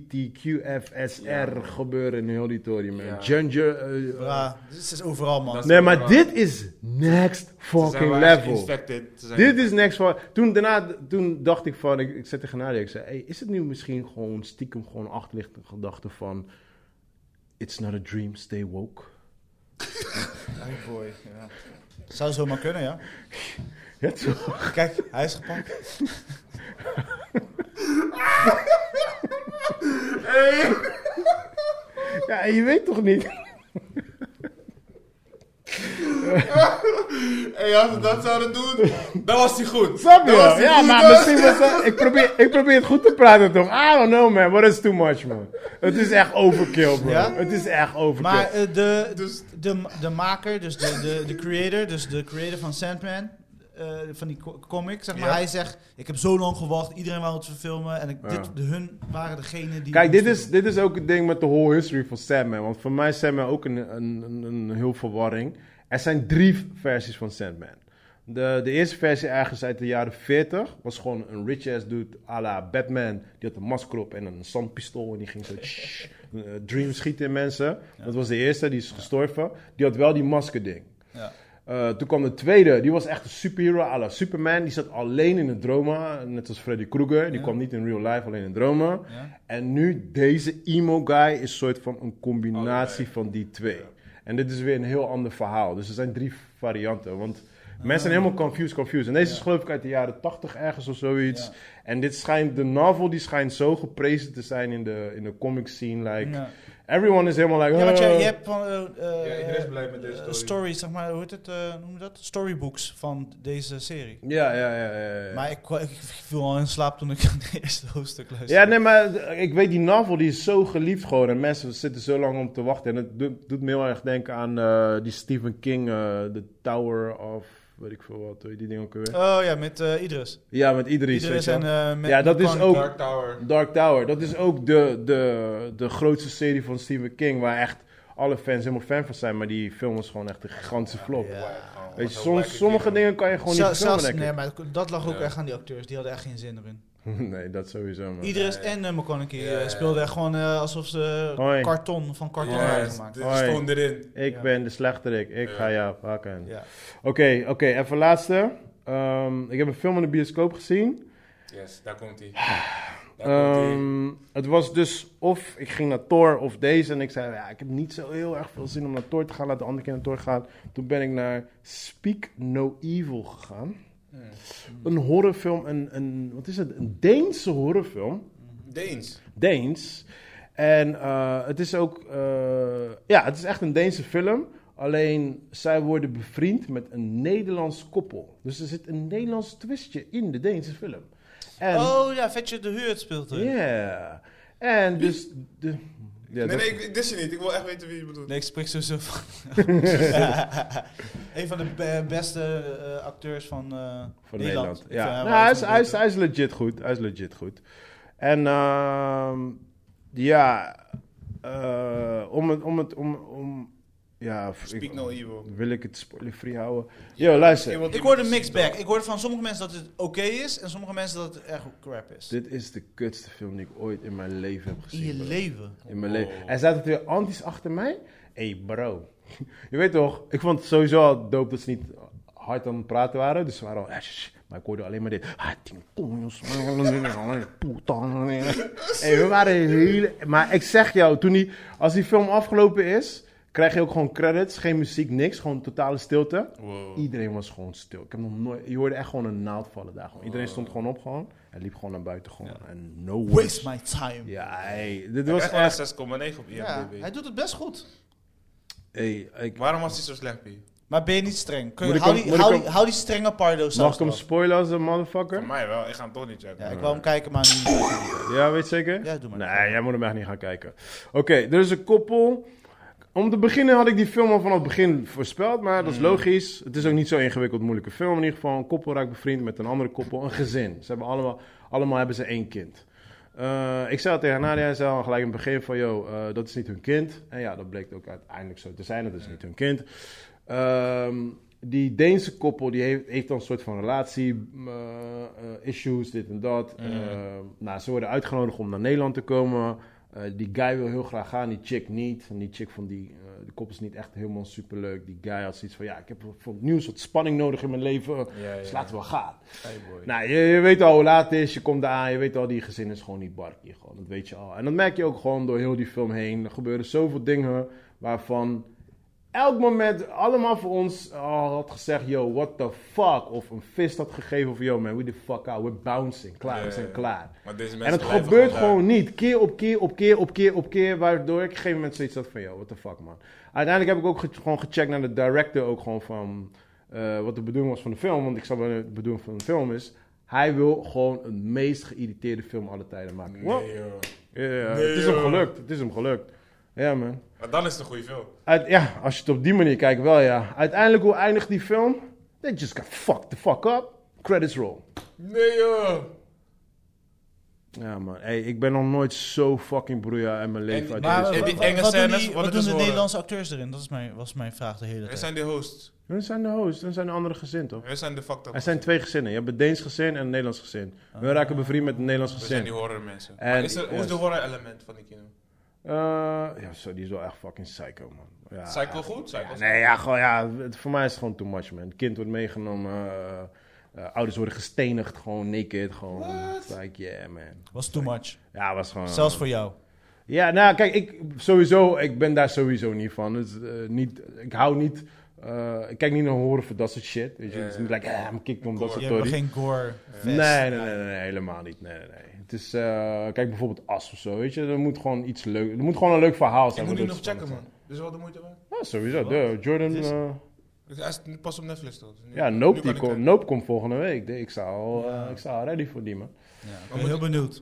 LGBTQFSR
Ja.
gebeuren in heel die tory, man?
Ja.
Gender... eh,
ja, dit ah, dus is overal, man.
Dat
nee, maar
Wow.
dit is next
Ze zijn
fucking
wel echt
level.
infected. Ze zijn-
Dit is next fucking... Toen, daarna, toen dacht ik van... Ik, ik zette tegen Nadia, ik zei... Hey, is het nu misschien gewoon stiekem gewoon achterliggende gedachte van... It's not a dream, stay woke.
Oh boy, ja. Zou zomaar kunnen, ja.
Ja, toch?
Kijk, hij is gepakt.
ja, je weet toch niet?
Hey, als ze dat zouden doen, dan was hij goed.
Snap je?
Dan was hij
Ja,
goed,
maar
hè?
misschien was dat... Ik probeer, ik probeer het goed te praten, toch? I don't know, man. What is too much, man? Het is echt overkill, bro.
Ja?
Het is echt overkill.
Maar eh, de,
Dus-
de, de maker, dus de, de, de creator, dus de creator van Sandman, eh, van die co- comic, zeg maar,
Ja.
hij zegt, ik heb zo lang gewacht, iedereen wou het verfilmen en ik,
Ja.
dit, de, hun waren degene die...
Kijk,
het
dit is,
moesten
dit is ook het ding met de whole history van Sandman. Want voor mij is Sandman ook een, een, een, een heel verwarring. Er zijn drie versies van Sandman. De, de eerste versie ergens uit de jaren 40 was gewoon een rich ass dude à la Batman. Die had een masker op en een zandpistool en die ging zo tsch, eh, dream schieten in mensen. Dat was de eerste, die is gestorven. Die had wel die maskerding.
doen. Ja.
Eh, toen kwam de tweede, die was echt een superhero à la Superman. Die zat alleen in een droma, net als Freddy Krueger. Die
Ja.
kwam niet in real life, alleen in dromen.
Ja.
En nu, deze emo guy is een soort van een combinatie
Oh,
van die twee. En dit is weer een heel ander verhaal. Dus er zijn drie varianten. Want
Ah.
mensen zijn helemaal confused, confused. En deze is geloof ik uit de jaren 80 ergens of zoiets.
Ja.
En dit schijnt, de novel die schijnt zo geprezen te zijn in de, in de comic scene. Like,
Ja.
Everyone is helemaal like...
Ja, want je, je
"Eh."
hebt van, eh, eh,
Ja, iedereen is blij met deze
eh,
story.
stories, zeg maar, hoe heet het, eh, noem je dat? Storybooks van deze serie.
ja, ja, ja, ja, ja.
Maar ik, kwa- ik viel al in slaap toen ik aan het eerste hoofdstuk luisterde.
Ja, nee, maar ik weet die novel, die is zo geliefd gewoon. En mensen zitten zo lang om te wachten. En het doet, doet me heel erg denken aan eh, die Stephen King, eh, The Tower of... Weet ik veel wat, hoe heet die ding ook alweer?
Oh ja, met eh, Idris.
ja, met Idris.
Idris
weet je
en
wel.
eh, met
Ja, dat is
Connie.
ook-
Dark Tower.
Dark Tower, dat is ook de, de, de grootste serie van Stephen King... waar echt alle fans helemaal fan van zijn. Maar die film is gewoon echt een gigantische flop.
Ja.
Wow,
Weet je,
wat
soms,
een
sommige
wacky
dingen kan je gewoon
Zel-
niet filmen,
zelfs-
denk
nee,
ik.
maar dat lag ook
Ja.
echt aan die acteurs. Die hadden echt geen zin erin.
Nee, dat sowieso, man.
Idris
ja.
en uh, McConaughey
Ja,
eh,
ja.
speelden echt gewoon eh, alsof ze
Hoi.
karton van karton
Ja,
waren
yes,
gemaakt.
dit
Hoi.
stond erin.
Ik
Ja.
ben de slechterik, ik
Ja.
ga jou pakken.
Ja.
Oké, oké, even laatste. Ehm, ik heb een film in de bioscoop gezien...
Yes, daar komt hij.
Ehm, het was dus of ik ging naar Thor of deze. En ik zei, ja, ik heb niet zo heel erg veel zin om naar Thor te gaan. Laat de andere keer naar Thor gaan. Toen ben ik naar Speak No Evil gegaan. Een horrorfilm, een, een, wat is het? Een Deense horrorfilm.
Deens.
Deens. En eh, het is ook, eh, ja, het is echt een Deense film. Alleen zij worden bevriend met een Nederlands koppel. Dus er zit een Nederlands twistje in de Deense film. En,
Oh ja, Vetje de Huurt speelt
ja.
er.
En dus... De, ja,
Nee,
dat-
nee, ik, dit is je niet. Ik wil echt weten wie je bedoelt.
Nee, ik spreek sowieso van... een van de be- beste eh, acteurs van, eh,
Van Nederland.
Ik vind
Ja.
hem
Nou,
wel
hij,
een
is,
van
hij,
de
is, hij is legit goed. Hij is legit goed. En ehm, ja, eh, om, het, om, het, om, om Ja, f- ik-
Speak no evil.
wil ik het spoiler-free houden? Yo, luister.
Iemand
Ik
die
hoorde
met-
mixed back. Ik hoorde van sommige mensen dat het oké is en sommige mensen dat het echt crap is.
Dit is de kutste film die ik ooit in mijn leven heb
In
gezien.
je
bro.
leven.
In mijn leven. Er zaten twee anties achter mij. Hé, hey bro. Je weet toch, ik vond het sowieso al dope dat ze niet hard aan het praten waren. Dus ze waren al... eh, shh, Maar ik hoorde alleen maar dit. Ah, tien konjons. Putain. Hey, we waren hele... Maar ik zeg jou, toen die, als die film afgelopen is... krijg je ook gewoon credits. Geen muziek, niks. Gewoon totale stilte. Iedereen was gewoon stil. Ik heb nog nooit... Je hoorde echt gewoon een naald vallen daar. Gewoon. Iedereen stond gewoon op gewoon. En liep gewoon naar buiten gewoon. En no words.
Waste my time. Ja,
Ja, hey, dit
Hij
was
krijgt
echt...
gewoon een 6,9 op IMDb.
hij doet het best goed.
Hey, ik,
Waarom was hij zo slecht, Pi?
Maar ben je niet streng? Kun je,
Moet ik
hou,
hem-
die,
moet ik
hou,
hem-
die, hou die strenge pardo
mag ik hem
zelfs
spoilen als een
Voor
motherfucker?
mij wel, ik ga hem toch niet checken.
Ja, ik wou hem kijken, maar niet.
Ja, weet je zeker?
Ja, doe maar.
Nee, jij moet hem echt niet gaan kijken. Oké, er is een koppel. Om te beginnen had ik die film al vanaf het begin voorspeld, maar
Mm.
dat is logisch. Het is ook niet zo ingewikkeld moeilijke film. In ieder geval, een koppel raakt bevriend met een andere koppel, een gezin. Ze hebben allemaal, allemaal hebben ze één kind. Eh, ik zei al tegen Nadia, hij zei al gelijk in het begin van, yo, eh, dat is niet hun kind. En ja, dat bleek ook uiteindelijk zo te zijn, dat is niet hun kind. Ehm, die Deense koppel die heeft, heeft dan een soort van relatie, eh, eh, issues, dit en dat. Ehm, nou, ze worden uitgenodigd om naar Nederland te komen. Eh, die guy wil heel graag gaan, die chick niet. En die chick vond die, eh de koppel is niet echt helemaal superleuk. Die guy had zoiets van, ja, ik heb voor het nieuws wat spanning nodig in mijn leven. Dus laten we gaan. Nou, je, je weet al hoe laat het is, je komt aan, je weet al, die gezin is gewoon niet barkie. Gewoon. Dat weet je al. En dat merk je ook gewoon door heel die film heen. Er gebeuren zoveel dingen waarvan elk moment allemaal voor ons al had gezegd, yo, what the fuck. Of een fist had gegeven of, yo man, we the fuck out, we're bouncing. Klaar, we
Ja,
zijn
ja.
klaar.
Maar deze
En
mensen
het
blijven
gebeurt
daar.
gewoon niet. Keer op keer op keer op keer op keer. Waardoor ik op een gegeven moment zoiets had van... Yo, what the fuck, man. Uiteindelijk heb ik ook ge- gewoon gecheckt naar de director ook gewoon van... eh, wat de bedoeling was van de film. Want ik snap wel de bedoeling van de film is... Hij wil gewoon een meest geïrriteerde film alle tijden maken. Wow.
Nee, joh.
Ja, ja, het is hem
joh.
gelukt. Het is hem gelukt. Ja, man.
Maar dan is het een goede film.
Uit- ja, als je het op die manier kijkt, wel ja. Uiteindelijk, hoe eindigt die film? They just got fucked the fuck up. Credits roll.
Nee, joh.
Ja, man. Hey, ik ben nog nooit zo fucking broeia in mijn leven. uit
Maar
deze-
die
wa- wa-
enge
wat doen,
scènes
die, wat
worden
doen de
gezworen.
Nederlandse acteurs erin? Dat is mijn, was mijn vraag de hele
Wij
tijd.
zijn de host.
Hun zijn de host, hun zijn de andere gezin toch?
Wij zijn de fucked up.
Er zijn twee gezinnen. Je hebt een Deens gezin en een Nederlands gezin. We raken bevriend met een Nederlands
Ah. We zijn
gezin.
die horror mensen.
En-
Maar is er, hoe is de
yes.
horror element van die kino?
Eh, ja, zo, die is wel echt fucking psycho, man. Ja,
Psycho goed? Psycho
Ah, Ja,
goed.
nee, ja, gewoon, ja, het- voor mij is het gewoon too much, man. Het kind wordt meegenomen, eh, eh, ouders worden gestenigd, gewoon naked, gewoon. Like, yeah, man.
Was too much.
Ja, was
Ah.
gewoon...
Zelfs voor jou.
Ja, nou kijk, ik sowieso, ik ben daar sowieso niet van. Dus, eh, niet, ik hou niet, eh, ik kijk niet naar horen voor dat soort shit. Weet je,
Ja,
het is
ja.
niet like, eh, I'm kicked om dat soort
Je hebt
tory.
geen gore.
Nee,
vest.
nee, nee, nee, nee, helemaal niet. Nee, nee, nee. Het is, eh, kijk bijvoorbeeld As of zo, weet je. Er moet gewoon iets leuk, er moet gewoon een leuk verhaal
Ik
zijn.
moet
waardoor
nu nog
het
checken,
spannend
man. Dit is wel de moeite waard.
is. Ja, sowieso, duh. Jordan,
Het is-
eh,
Dus Hij is nu pas op Netflix, toch? Dus nu-
ja,
nu
Nope,
kan
die
ik
komt
kijken.
nope komt volgende week. Ik sta al, eh,
Ja.
ik sta al ready voor die, man.
Ja, ik
Maar
ben
moet-
heel benieuwd.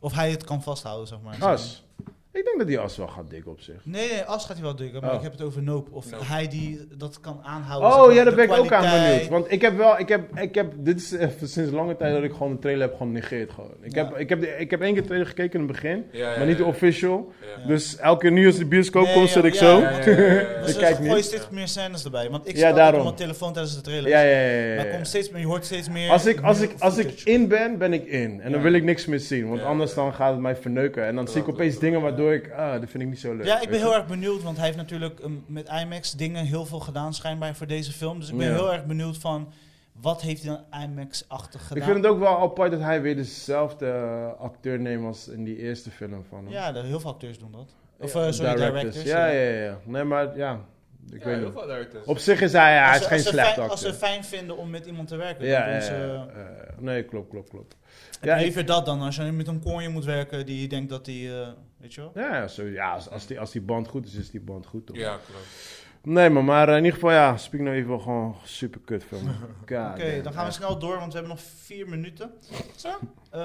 Of hij het kan vasthouden, zeg maar.
As. Ik denk dat die As wel gaat dik op zich.
Nee, nee, As gaat hij wel dukken, maar
Oh.
ik heb het over Nope. Of
Nope.
hij die dat kan aanhouden. zeg
Oh
maar,
ja, daar
de
ben ik ook aan
kwaliteit.
benieuwd. Want ik heb wel, ik heb, ik heb, dit is even sinds lange tijd dat ik gewoon de trailer heb gewoon negeerd. Gewoon. Ik,
Ja.
heb, ik, heb, de- ik heb één keer de trailer gekeken in het begin,
Ja, ja,
maar niet de
ja.
official.
Ja.
Dus elke keer nu als de bioscoop
Nee,
komt,
ja,
zit ik
ja,
zo.
Ja, ja, ja, ja, ja.
Dus
Ik
er
kijk
gooien
niet.
steeds meer scènes erbij. Want ik
Ja,
zit altijd
daarom.
op mijn telefoon tijdens de trailer.
Ja, ja, ja, ja,
Maar
ja.
er komt steeds meer, je hoort steeds meer.
Als ik, als, ik, als ik
footage.
in ben, ben ik in. En dan
Ja.
wil ik niks meer zien. Want
Ja,
anders
ja.
dan gaat het mij verneuken. En dan zie ik
Klopt,
opeens
klopt,
dingen waardoor ik... Ah, dat vind ik niet zo leuk.
Ja, ik ben
weet
heel
je.
erg benieuwd, want hij heeft natuurlijk um, met IMAX dingen heel veel gedaan schijnbaar voor deze film. Dus ik ben
Ja.
heel erg benieuwd van, wat heeft hij dan IMAX-achtig gedaan?
Ik vind het ook wel apart dat hij weer dezelfde eh, acteur neemt als in die eerste film van hem.
Ja, de- heel veel acteurs doen dat. Of
Ja,
eh, sorry, directors.
Ja, ja, ja, ja. Nee, maar ja. Ik
Ja,
weet
heel
niet.
veel
dus.
directors.
Op zich is hij, ja, hij
Als
is
ze-
geen
als ze
slecht
fijn- Als ze
acteur.
fijn vinden om met iemand te werken,
Ja,
dan
ja,
doen ze...
ja, eh, nee, klopt, klopt, klopt.
Ja,
Ja, ik-
liever dat dan, als je met een konje moet werken die je denkt dat die, eh, weet je wel?
ja, zo, ja als, als, die, als die band goed is, is die band goed toch?
Ja, klopt.
Nee, maar, maar eh, in ieder geval, ja, Speak nou even wel gewoon super kut film. Oké,
Oké, dan gaan we snel door, want we hebben nog vier minuten. Zo. Eh,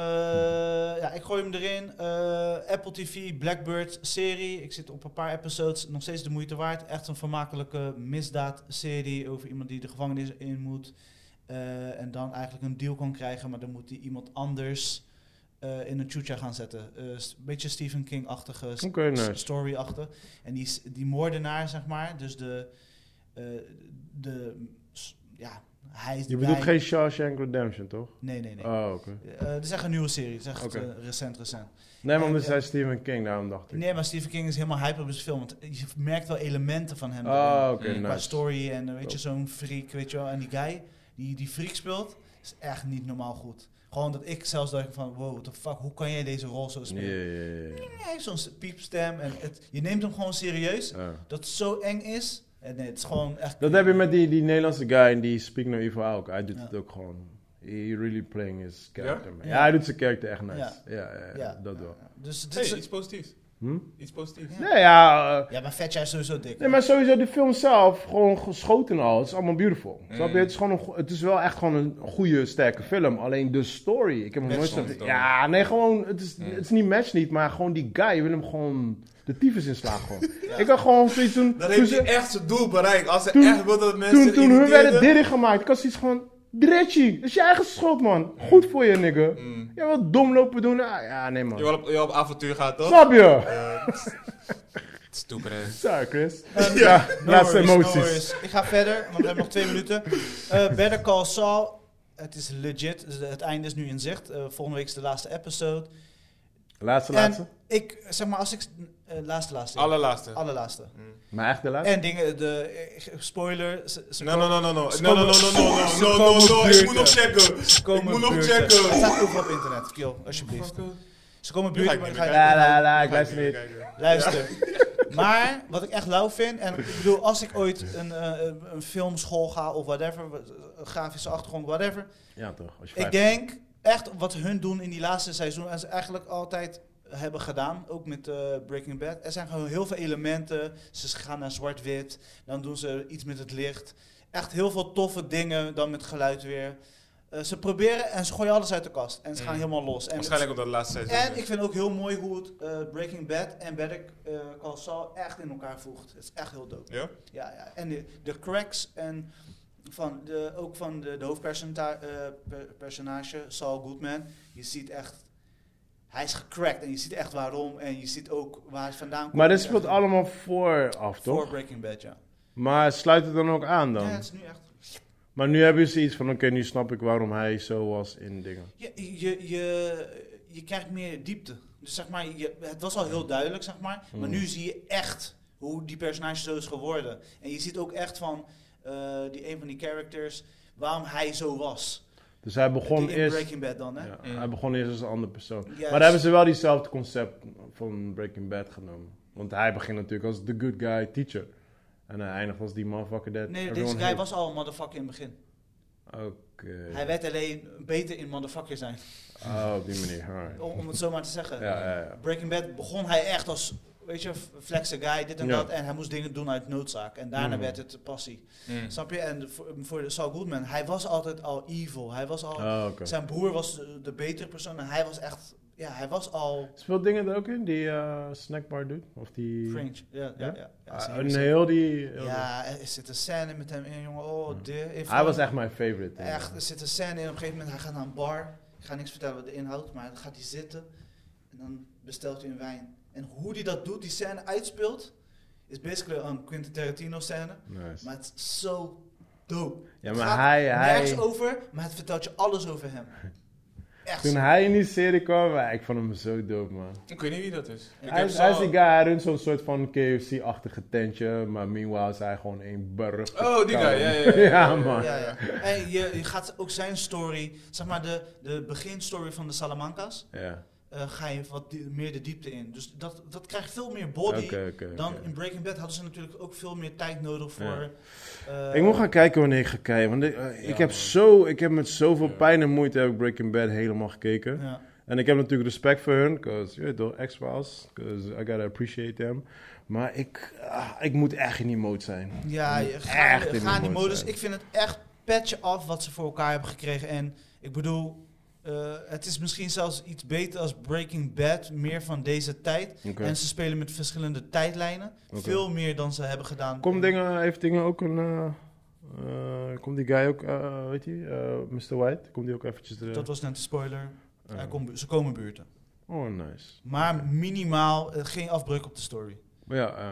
ja, ik gooi hem erin. Eh, Apple TV, Blackbird serie. Ik zit op een paar episodes, nog steeds de moeite waard. Echt een vermakelijke misdaadserie over iemand die de gevangenis in moet. eh, en dan eigenlijk een deal kan krijgen, maar dan moet die iemand anders eh, in een chucha gaan zetten. Eh, s- Een beetje Stephen King-achtige s-
Oké, nou. nice.
s- story achter. En die, s- die moordenaar, zeg maar, dus de... eh, de s- ja, hij is
Je bedoelt
hij-
geen Shawshank Redemption, toch?
Nee, nee, nee.
Oh, oké.
Eh, het is echt een nieuwe serie. Het is echt
Oké.
eh, recent, recent.
Nee, maar omdat
Ja.
zij Stephen King, daarom dacht ik.
Nee, maar Stephen King is helemaal hype op zijn film. Want je merkt wel elementen van hem.
Oh, oké,
Mm,
qua
nice.
story en eh, weet je,
Dope.
zo'n freak, weet je wel. En die guy die die freak speelt, is echt niet normaal goed. Gewoon dat ik zelfs dacht van, wow, what the fuck, hoe kan jij deze rol zo
Ja,
spelen?
ja, ja,
Hij heeft zo'n s- piepstem en het, je neemt hem gewoon serieus.
ja. Ah.
Dat het zo eng is. En nee, het is gewoon echt...
Dat heb je met die, die Nederlandse guy in die Speak No Evil ook. Hij doet
Ja.
het ook gewoon. He really playing his character, man.
Ja.
Ja, hij doet zijn character echt nice. Ja, ja, ja,
Ja.
dat wel.
Dus het is...
Hey, iets positiefs.
Hm?
Iets positiefs.
Ja.
Nee, ja... eh,
ja, maar Vetja is sowieso dik.
nee, maar sowieso de film zelf, gewoon geschoten en al. Het is allemaal beautiful.
Mm.
Snap je? Het is, gewoon een, go- het is wel echt gewoon een goede, sterke film. Alleen de story. Ik heb nog
Best
nooit...
wel
zo'n-
dom.
Ja, nee, gewoon... Het is,
Mm.
het is niet match niet, maar gewoon die guy wil hem gewoon... De tyfus inslaan gewoon. Ik had gewoon zoiets doen...
Dan
toen
heeft
ze-
hij echt zijn doel bereikt. Als hij
Toen-
echt wil dat mensen
toen, toen hun
irriteerden.
werden dirrig gemaakt, ik had zoiets van... Dretchie, dat is je eigen schuld, man. Goed voor je, nigga.
Mm.
Ja, wat dom lopen doen. Ah, ja, nee,
Je
man.
wel op, je wel op avontuur gaat, toch?
Snap je?
Stupid.
Sorry, Chris.
Eh,
Ja,
No
laatste
worries, no
emoties.
worries. Ik ga verder, want we hebben nog twee minuten. Eh Better Call Saul. Het is legit. Dus Het einde is nu in zicht. Eh, volgende week is de laatste episode.
Laatste,
En ik, zeg maar, als ik... eh, laatste, laatste.
Allerlaatste. Mm.
Allerlaatste.
Maar echt de laatste?
En dingen, de eh, spoiler, ze, ze
No, no, no, no, no.
Ze
No, no, no,
komen-
no, no,
ze
no, no,
komen
no, no. Ik
buurten.
moet nog checken.
komen
Ik moet nog
buurten. Het
checken.
staat overal op internet, Kiel, alsjeblieft. Ze komen
Nu ga ik
buurten, maar
niet
dan ga
meer
je-
Ja, la, la, ik luister niet.
kijken.
Luister. Maar wat ik echt lauw vind, en ik bedoel, als ik ooit een, eh, een filmschool ga of whatever, wat- een grafische achtergrond, whatever,
Ja, toch. Als je
Ik
vijf-
denk echt wat hun doen in die laatste seizoen en ze eigenlijk altijd hebben gedaan, ook met eh, Breaking Bad. Er zijn gewoon heel veel elementen. Ze gaan naar zwart-wit, dan doen ze iets met het licht. Echt heel veel toffe dingen, dan met geluid weer. Eh, ze proberen en ze gooien alles uit de kast en ze gaan
Mm.
helemaal los. En,
Waarschijnlijk op dat laatste seizoen.
en ik vind ook heel mooi hoe het eh, Breaking Bad en Better eh, Call Saul echt in elkaar voegt. Het is echt heel dope.
Ja?
Ja, ja. en de, de cracks en van de, ook van de, de hoofdpersonage, Saul Goodman, je ziet echt, hij is gecrackt en je ziet echt waarom en je ziet ook waar hij vandaan komt.
Maar dit
Het is
speelt
echt
allemaal vooraf,
voor
toch?
Breaking Bad, ja.
Maar sluit het dan ook aan
Ja,
dan?
het is nu echt.
Maar nu hebben ze iets van, oké, nu snap ik waarom hij zo was in dingen.
Je, je, je, je krijgt meer diepte. Dus zeg maar, je, het was al heel duidelijk, zeg maar. Maar
Mm.
nu zie je echt hoe die personage zo is geworden. En je ziet ook echt van eh, die een van die characters, waarom hij zo was.
Dus hij begon
Die in
eerst...
Breaking Bad dan, hè?
Ja,
Mm.
Hij begon eerst als een andere persoon. Maar
Juist.
daar hebben ze wel diezelfde concept van Breaking Bad genomen. Want hij begint natuurlijk als the good guy teacher. En hij eindigt als die motherfucker that
Nee,
everyone
deze guy
hates.
was al een motherfucker in het begin.
Oké.
Hij werd alleen beter in motherfucker zijn,
Oh, op die manier. alright.
om, om het zo maar te zeggen.
Ja, ja, ja.
Breaking Bad begon hij echt als, weet je, flexe guy, dit en
Ja.
dat. En hij moest dingen doen uit noodzaak. En daarna
Mhm.
werd het passie.
Mm.
Snap je? En voor, ehm, voor de Saul Goodman, hij was altijd al evil. Hij was al,
Oh, oké.
zijn broer was de, de betere persoon en hij was echt, ja, hij was al
Speelt dingen er ook in? Die eh, snackbar doet? Of die...
cringe. Ja, ja, ja.
Ja?
ja,
Ah,
is een
een
hele-
heel die... heel
ja, er zit een scène met hem in, jongen. Oh, dear.
die- Hij was echt mijn favorite. eh.
Echt, er zit een scène in. Op een gegeven moment, hij gaat naar een bar. Ik ga niks vertellen wat de inhoud, maar dan gaat hij zitten. En dan bestelt hij een wijn. En hoe hij dat doet, die scène uitspeelt, is basically een Quentin Tarantino scène.
Nice.
Maar het is zo dope.
Ja,
Het
maar
gaat
hij...
Nergens
hij
over, maar het vertelt je alles over hem. Echt.
toen hij in die serie kwam, eh, ik vond hem zo dope, man.
Ik weet niet wie dat is. Ik
Hij
heb
is, hij is
zo-
die guy, hij runt zo'n soort van KFC-achtige tentje, maar meanwhile is hij gewoon een burger.
Oh, die guy. Ja, ja, ja.
Ja, man.
Ja, ja. En je, je gaat ook zijn story, zeg maar de, de beginstory van de Salamanca's,
Ja,
eh, ga je wat die- meer de diepte in. Dus dat, dat krijgt veel meer
oké,
body
oké, oké.
Dan in Breaking Bad hadden ze natuurlijk ook veel meer tijd nodig voor.
Ja.
eh,
Ik moet gaan kijken wanneer ik ga kijken, want ik, eh, ik
Ja,
heb
man.
zo, ik heb met zoveel
Ja.
pijn en moeite heb ik Breaking Bad helemaal gekeken.
Ja.
En ik heb natuurlijk respect voor hun, cause, je weet toch, X-Files, cause I gotta appreciate them. Maar ik, ah, ik moet echt in die mode zijn.
Ja, je
Echt
gaat
in de
ga in die
mode
modus.
zijn.
Ik vind het echt patchen af wat ze voor elkaar hebben gekregen. En ik bedoel, eh, het is misschien zelfs iets beter als Breaking Bad, meer van deze tijd.
Oké.
En ze spelen met verschillende tijdlijnen.
Oké.
Veel meer dan ze hebben gedaan.
Komt dingen, heeft dingen ook een, eh, eh, komt die guy ook, eh, weet je, eh, Mr. eh, White, komt die ook eventjes er-
Dat was net de spoiler.
Eh,
Hij komt- ze komen buurten.
Oh, nice.
Maar minimaal eh, geen afbreuk op de story.
Maar ja, eh,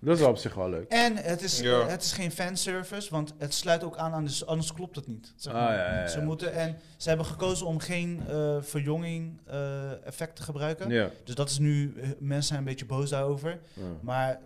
dat is wel op zich wel leuk.
En het is, eh,
Ja.
het is geen fanservice, want het sluit ook aan aan de... s- Anders klopt het niet. zeg
Ah,
maar.
ja, ja, ja.
Ze moeten... En ze hebben gekozen om geen eh, verjonging eh, effect te gebruiken.
Ja.
Dus dat is nu... eh, Mensen zijn een beetje boos daarover.
ja.
Maar...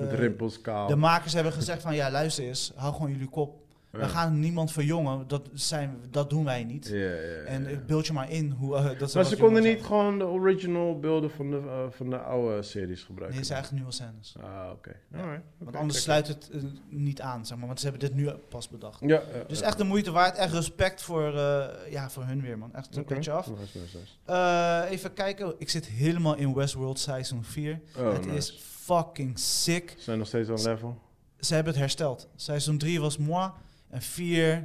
Met rimpels, kaal.
de makers hebben gezegd van... Ja, luister eens. Hou gewoon jullie kop. We
Ja.
gaan niemand verjongen. Dat, zijn, dat doen wij niet.
Ja, ja, ja,
En
ja.
eh, beeld je maar in hoe... eh, dat ze
Maar
wat
ze
jonger
konden
zijn.
niet gewoon de original beelden van de, eh, van de oude series gebruiken.
Nee, het zijn eigenlijk nieuwe scènes.
Ah, oké.
Ja.
Alright.
Want
Oké,
anders
check
sluit het eh, niet aan, zeg maar. Want ze hebben dit nu pas bedacht.
it. Ja, eh, ja,
Dus
ja.
echt de moeite waard. Echt respect voor, eh, ja, voor hun weer, man. Echt een
Oké.
petje af.
Nice, nice, nice.
Eh, even kijken. Ik zit helemaal in Westworld Season 4.
Oh,
het
nice.
is fucking sick.
Ze Zijn nog steeds aan level?
Ze hebben het hersteld. Seizoen 3 was moi. En 4...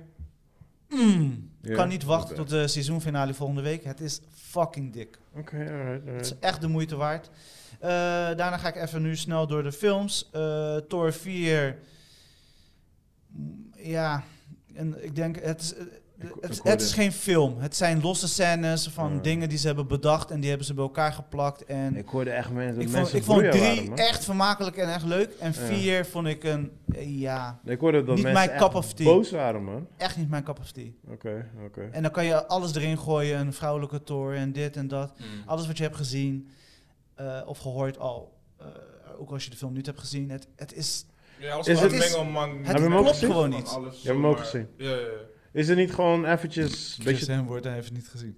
Mm.
Ja,
kan niet wachten
oké.
tot de seizoenfinale volgende week. Het is fucking dik.
Oké, alright,
Het
alright.
is echt de moeite waard. Eh, daarna ga ik even nu snel door de films. Eh Thor 4. Mm, Ja, en ik denk, het is, eh,
Ik-
het,
ik
het is
hoorde-
geen film. Het zijn losse scènes van
Ja.
dingen die ze hebben bedacht en die hebben ze bij elkaar geplakt. En ik,
Ik hoorde echt mensen, dat
vond,
mensen
ik vond
broeien
drie
waren, man.
echt vermakelijk en echt leuk. En
Ja.
vier vond ik een, eh, ja,
Ik hoorde dat
niet
mensen
mijn cup
echt
of tea.
boos waren, man.
echt niet mijn cup of tea.
Oké, oké.
En dan kan je alles erin gooien, een vrouwelijke Thor en dit en dat.
Mm.
alles wat je hebt gezien eh, of gehoord al, eh, ook als je de film niet hebt gezien, het, het is...
Ja, als
Is
het
het-
mengen, man.
Het
je hem ook
klopt
gezien?
gewoon niet.
Alles
Je hebt hem ook
zomaar.
gezien.
Ja, ja, ja.
Is het niet gewoon eventjes... een Beetje...
wordt hij heeft het niet gezien.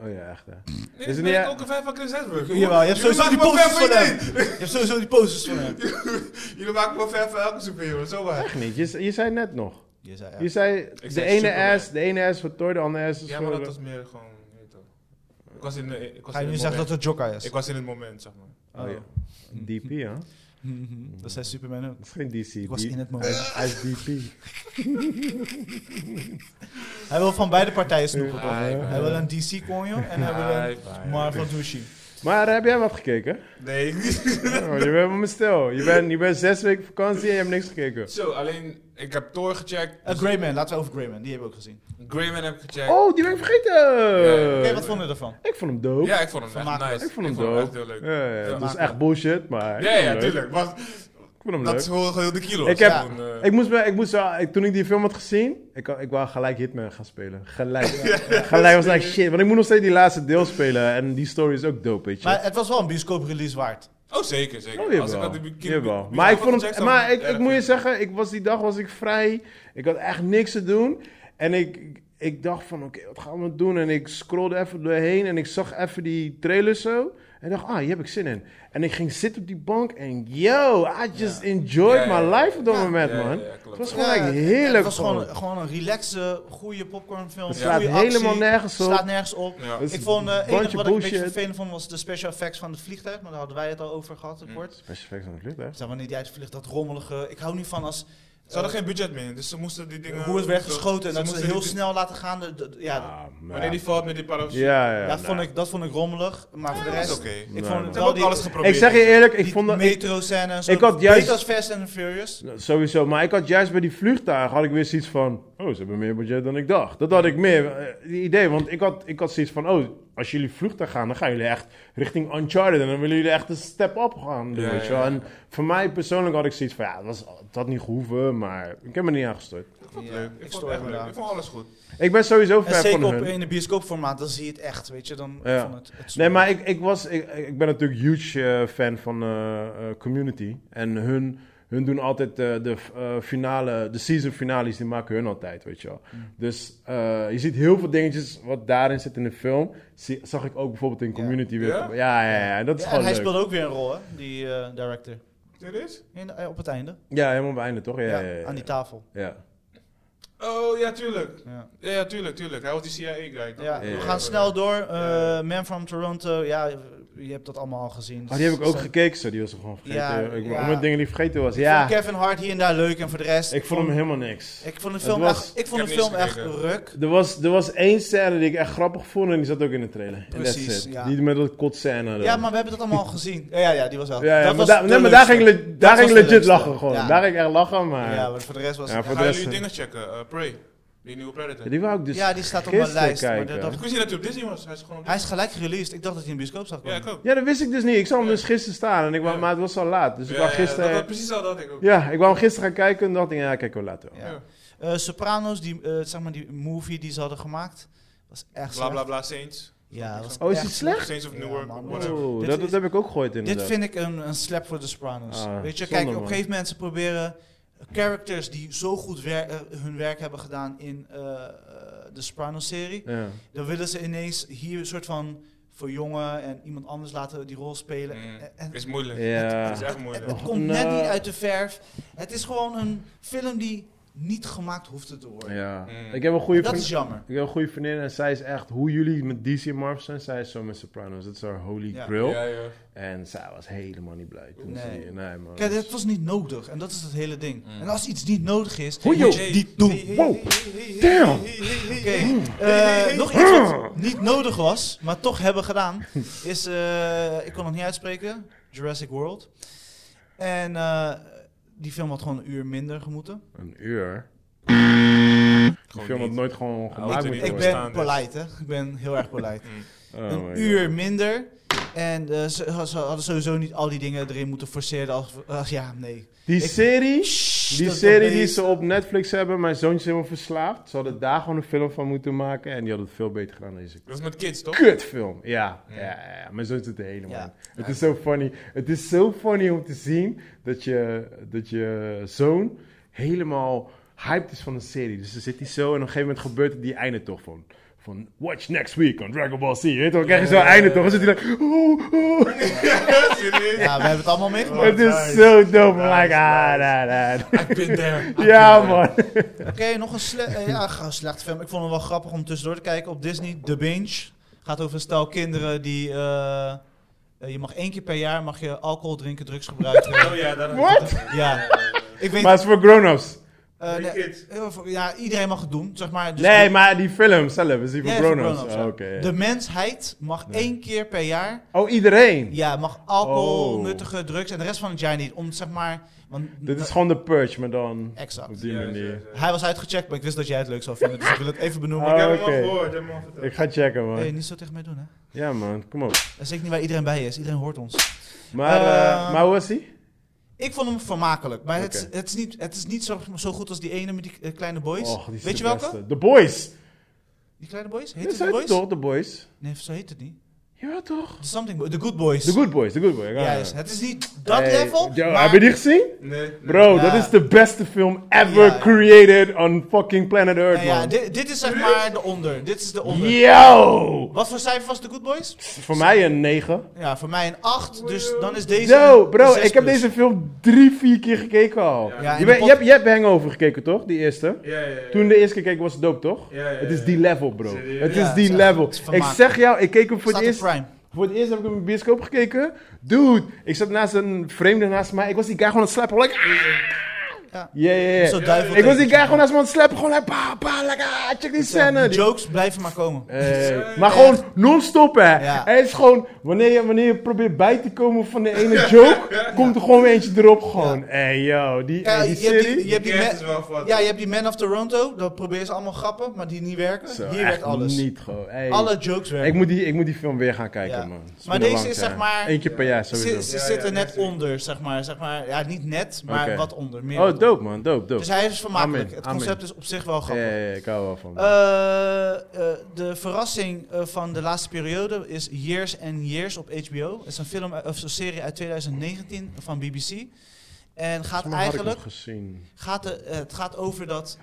Oh ja, echt hè.
Nee,
Is het
ben
niet-
ik ook een fan van Chris Hemsworth.
Jawel, je hebt
Jullie
sowieso die
maken me
posters
fan
van
van
hem.
iedereen.
Je hebt sowieso die posters van hem.
Jullie maken me fan van elke superhero, zomaar.
Echt niet. Je, je zei net nog.
Je zei, ja.
Je zei, de
zei
ene
Superman.
ass, de ene ass voor Thor, de andere ass is
Ja, maar
voor... eh,
dat was meer gewoon... je weet toch. Ik was in, de- ik was
Ga je
in
nu
het
zeggen dat
moment.
het Jokka is?
Ik was in het moment, zeg maar.
Oh ja. DP, hè?
Mhm. Dat zei Superman ook.
Dat is geen DC.
Ik was in het
Hij
moment.
is- hij is DP.
Hij wil van beide partijen snoepen. toch?
Ja, ja.
Hij wil een DC konjo en hij wil
Hi.
een Marvel douche.
Maar eh, heb jij wat gekeken?
Nee, niet.
Oh, je bent me stil. Je bent, je bent zes weken vakantie en je hebt niks gekeken.
Zo, alleen ik heb Thor gecheckt.
dus
Eh, Greyman, laten we over Greyman, die hebben we ook gezien.
Eh,
Oké,
Greyman heb ik gecheckt.
Oh, die ben ik vergeten!
Oké,
wat vonden we ervan?
Ik vond hem dope.
Ja, ik vond hem echt
Vermakelijk.
nice.
ik vond hem
echt
dope.
heel leuk.
Ja, ja, dat is
Vermakelijk.
echt bullshit, maar... ik
Ja,
vond hem leuk.
ja, tuurlijk. Want
Ik vond hem
dat is
leuk.
gewoon heel de kilo.
Ik heb-
Gewoon, eh,
Ik moest, me- ik moest, wel- ik- toen ik die film had gezien, ik, ik wou gelijk Hitman gaan spelen. Gelijk. Gelijk was like shit, want ik moet nog steeds die laatste deel spelen. En die story is ook dope, weet je.
Maar het was wel een bioscoop release waard.
Oh, zeker, zeker.
Oh,
Als ik
jawel.
had die kilo-
Jawel.
die
Maar ik,
Michael
vond hem,
Jackson
maar ik,
erg
ik moet je
vind.
zeggen, ik was die dag was ik vrij. Ik had echt niks te doen. En ik, ik dacht van, oké, wat gaan we doen? En ik scrollde even doorheen en ik zag even die trailer zo. En dacht, ah, hier heb ik zin in. En ik ging zitten op die bank en yo, I just enjoyed
Ja, ja,
my
ja.
life op dat
Ja.
moment,
Ja, ja,
man.
ja,
Het
klopt.
was
Ja,
gewoon echt
het-
heerlijk.
Het was
gewoon.
gewoon, gewoon een relaxe, goede popcornfilm.
Het
Het
slaat helemaal nergens op.
slaat nergens op.
Ja.
Het is
Ik vond, eh,
een
het enige
bandje
wat ik een beetje
bullshit.
vervelend vond was de special effects van het vliegtuig. Maar daar hadden wij het al over gehad, het
Mm.
kort.
Special effects aan het lukken, hè?
Zeg, wanneer die uitvliegt, dat rommelige. Ik hou niet van als... Eh,
Ze hadden geen budget meer, dus ze moesten die dingen...
Hoe het werd geschoten en
ze
dat ze
moesten
heel
die-
snel laten gaan. de- de- ja,
Ah, man.
Wanneer die valt met die parachute.
Ja, ja.
dat,
nou.
vond ik, dat vond ik rommelig. Maar voor de
Dat is
rest...
oké. Nou, Ze
Ik
Nee,
vond
man.
het
hebben
wel
ook
die,
alles geprobeerd.
Ik zeg je eerlijk, ik
die
vond dat... ik-
metro-scènes.
ik
zo-
had juist- Nou,
Beter als Fast and Furious.
Sowieso, maar ik had juist bij die vliegtuigen had ik weer zoiets van... Oh, ze hebben meer budget dan ik dacht. Dat had ik meer eh, die idee, want ik had, ik had zoiets van... Oh, als jullie vliegtuig gaan, dan gaan jullie echt richting Uncharted. En dan willen jullie echt een step-up gaan doen,
Ja,
weet je wel.
ja, ja.
En voor mij persoonlijk had ik zoiets van... Ja, dat, was, dat had niet gehoeven, maar ik heb me niet aangestort.
Ik vond
Ja,
het leuk.
ik
Ik
stoor
vond het echt
me
leuk.
daar.
Ik vond alles goed.
Ik ben sowieso
En
ver van
zeker op,
hun.
in de bioscoopformaat, dan zie je het echt, weet je. Dan
Ja.
van het, het
Nee, maar ik, ik, was, ik, ik ben natuurlijk huge eh, fan van eh, eh, Community. En hun, hun doen altijd eh, de eh, finale, de season finales, die maken hun altijd, weet je wel.
Mm.
Dus eh, je ziet heel veel dingetjes wat daarin zit in de film. Zie- zag ik ook bijvoorbeeld in Community weer.
Ja?
Ja, ja, ja. en Dat is
Ja, en
gewoon
hij
leuk.
speelde ook weer een rol, hè, die eh, director.
Dit is?
In- eh, op het einde.
Ja, helemaal op het einde, toch? Ja, ja, ja. ja.
Aan die tafel.
Ja.
Oh, ja, tuurlijk.
Ja.
Ja, ja, tuurlijk, tuurlijk. Hij was die CIA-guy.
Ja,
Ja.
we gaan snel door. Eh, Man from Toronto, ja, je hebt dat allemaal al gezien.
Oh, die heb ik ook
Dus,
gekeken, zo. Die was ik gewoon vergeten.
Ja,
ik,
ja.
Omdat dingen die vergeten was.
eh, ik
Ja,
vond Kevin Hart hier en daar leuk en voor de rest.
ik vond hem helemaal niks.
Ik vond de
Het
film,
was-
echt, ik vond
Ik
de
heb
film
niks
echt
gekeken.
ruk.
Er was, er was één scène die ik echt grappig vond en die zat ook in de trailer. En that's
Precies,
it.
ja.
Die met dat kot scène.
Ja, maar we hebben dat allemaal al gezien. Ja, ja, ja, die was wel.
Ja, ja,
dat
maar,
was
daar-
de
nee, maar daar
leukste.
ging, le- daar
was
ging
de
legit
leukste.
lachen gewoon.
Ja.
Daar ging ik echt lachen, maar...
Ja, maar voor de rest was
Ja,
het
voor
echt-
de
Gaan
rest-
jullie dingen checken? eh, Prey. Die nieuwe Predator.
Die wou ik dus
ja, die staat op mijn
gisteren
lijst. Maar
kijken.
dat dacht
Ik
ik-
wist niet dat hij op Disney was. Hij is gewoon op
hij
Disney.
is gelijk gereleased. Ik dacht dat hij in de bioscoop zou komen.
Ja, ik ook.
Ja, dat wist ik dus niet. Ik zag hem dus gisteren staan, en ik wou,
Ja.
maar het was al laat. Dus ik
Ja,
wou
ja,
gisteren...
dat was precies al dat ik ook.
Ja, ik wou hem gisteren gaan kijken en dacht ik, ja, kijk wel later.
Ja.
Ja.
Eh, Sopranos, die, eh, zeg maar die movie die ze hadden gemaakt, was echt
Bla bla
slecht.
bla Saints.
Ja, was
Oh, is
echt
het slecht?
Saints of
Ja,
Newark.
man.
whatever.
Oh,
Dit
dat,
is-
dat heb ik ook gehoord
Dit
inderdaad.
vind ik een, een slap voor de Sopranos.
Ah,
Weet je,
zonde,
kijk, op een
man.
gegeven moment ze proberen characters die zo goed wer- eh, hun werk hebben gedaan in eh, eh, de Sopranos-serie,
Ja.
dan willen ze ineens hier een soort van verjongen en iemand anders laten die rol spelen.
Mm.
En- en
Is moeilijk.
Ja.
Is echt
het,
moeilijk.
het komt
Nou.
net niet uit de verf. Het is gewoon een film die niet gemaakt hoeft te worden.
Ja.
Mm.
Ik heb een goede
Dat
vriend-
is jammer.
Ik heb een goede vriendin en zij is echt, hoe jullie met DC en Marvel zijn, zij is zo met Sopranos. Dat is haar holy
Ja.
grail.
Ja, ja.
En zij was helemaal niet blij toen
Nee.
ze die- Nee, man.
Kijk, het was niet nodig. En dat is het hele ding.
Mm.
En als iets niet nodig is,
Hoe,
moet
joh?
je niet doen.
Hey, hey,
Wow.
hey, hey, hey,
Damn.
hey, hey, hey,
Oké,
hey.
eh, nog iets
Oh.
wat niet nodig was, maar toch hebben gedaan, is, eh, ik kon het niet uitspreken, Jurassic World. En eh, die film had gewoon een uur minder gemoeten.
Een uur. Die
Gewoon
film had
niet.
nooit gewoon gemaakt
er
moeten
Ik
niet
worden.
ben
bestaan dus.
polite, hè. Ik ben heel erg polite.
Oh my God.
een uur minder. En eh, ze, ze hadden sowieso niet al die dingen erin moeten forceren als, als ja, nee.
Die
Ik-
serie,
Shh,
die
dat-
serie
dat
die
weet-
ze op Netflix hebben, mijn zoontje is helemaal verslaafd. Ze hadden daar gewoon een film van moeten maken en die hadden het veel beter gedaan dan deze
Dat is met kids, toch?
kutfilm. Ja,
Ja.
ja, ja, ja. maar zo zit het helemaal
Ja.
in. Het is zo funny. Het is zo funny om te zien dat je, dat je zoon helemaal hyped is van een serie. Dus dan zit hij zo en op een gegeven moment gebeurt het die einde toch van... Van watch next week on Dragon Ball Z. Je Weet toch, dan krijg je zo'n einde toch? Dan zit hij daar. Oh, oh.
Serieus?
Ja, we hebben het allemaal
Het
meegemaakt.
is zo dom. Like, ah, da, da.
Ik ben daar.
Ja, man.
Oké, nog een sle eh, ja, gewoon een slechte film. Ik vond hem wel grappig om tussendoor te kijken op Disney. The Binge. Gaat over een stel kinderen die... eh, eh, je mag één keer per jaar mag je alcohol drinken, drugs gebruiken.
Oh ja, daar
What?
ja. Ik weet...
Maar het is voor grown-ups.
eh, nee,
kids.
heel veel- ja, iedereen mag het doen, zeg maar. Dus
Nee,
de-
maar die film zelf is die voor
Ja,
grown-ups.
grown-ups,
Oh,
ja.
oké, ja.
De mensheid mag één keer per jaar...
Oh, iedereen.
Ja, mag alcohol,
Oh.
nuttige drugs en de rest van het jaar niet. Om zeg maar... Want,
Dit is gewoon de purge, maar dan
Exact.
op die manier.
Hij was uitgecheckt, maar ik wist dat jij het leuk zou vinden. Dus ik wil het even benoemen.
Oh,
Ik heb hem al
oké.
gehoord, ik heb hem al verteld.
Ik ga checken, man.
Hey, niet zo tegen mij doen, hè.
Ja, man, kom op.
Dat is ik niet waar iedereen bij is. Iedereen hoort ons.
Maar, eh,
Eh,
maar hoe was hij?
Ik vond hem vermakelijk. Maar het,
Oké.
is- het is niet, het is niet zo, zo goed als die ene met die eh, kleine boys.
Och, die is
Weet
de
je welke?
beste. The Boys.
Die kleine boys? Heet
Dat
het
zijn
de boys?
toch, The Boys?
Nee, zo heet het niet.
Ja, toch?
The something boy. The good boys.
The Good Boys, The Good Boys. Ja,
Ja, juist. het is niet dat level.
Yo,
maar
Heb je die gezien?
Nee.
Bro,
Ja.
dat is de beste film ever
Ja, ja.
created on fucking planet Earth,
nou ja,
man.
dit, dit is zeg maar de onder. Dit is de onder.
Yo!
Wat voor cijfer was The Good Boys?
Voor mij een 9.
Ja, voor mij een 8. Dus dan is deze.
Yo,
een
bro,
6
ik heb
plus.
deze film drie, vier keer gekeken al.
Ja,
Ja, en
je,
de
bent-
pod-
je, hebt, je hebt Hangover gekeken, toch? Die eerste?
Ja, ja, ja.
Toen de eerste keer keek was het dope, toch?
Ja, ja, ja.
Het is die level, bro.
Serieus?
Het
Ja,
is
het
die
is echt-
level.
het is
Ik
vermakelijk.
zeg jou, ik keek hem voor
Staat
het
op
eerst.
Prime.
Voor het eerst heb ik in de bioscoop gekeken. Dude, ik zat naast een vreemde naast mij. Ik was die guy gewoon aan het slapen. Like,
Ja.
ja. Ja, ja,
Zo duivel
Ik was die
tegen.
guy gewoon naast me aan het slapen. Gewoon like, pa, pa, like, ah, check die scène. Die-
Jokes blijven maar komen.
Hey, maar gewoon non-stop, hè.
Eh, Ja.
Hij is gewoon, wanneer je, wanneer je probeert bij te komen van de ene joke, komt er gewoon weer eentje erop gewoon. Hey, yo, die,
Ja,
hey,
je
die
hebt
serie.
die, je hebt die
Die
ma-
is wel wat.
ja, je hebt die Man of Toronto. Dat proberen ze allemaal grappen, maar die niet werken.
Zo,
Hier
echt
werkt alles.
niet gewoon. Hey.
Alle jokes werken.
Ik moet, die, ik moet die film weer gaan kijken,
Ja.
man. Het is
Maar
weer
deze
lang
is
tijd.
zeg maar-
Eén keer per jaar,
Ze,
sowieso.
ze
Ja,
zitten
ja,
net
natuurlijk.
onder, zeg maar, zeg maar. Ja, niet net, maar
Oké.
wat onder. Meer
Oh,
wat
dope, man. Dope, dope.
onder. Dus hij is vermakelijk.
Amen,
Het
amen.
concept is op zich wel
Ja,
grappig.
ja, ja, ik hou wel van.
Eh, eh, de verrassing eh, van de laatste periode is Years and Years op HBO. Het is een film eh, of een serie uit 2019 van BBC. En gaat
Volgens mij had ik hem
eigenlijk
gezien.
gaat de- eh, het gaat over dat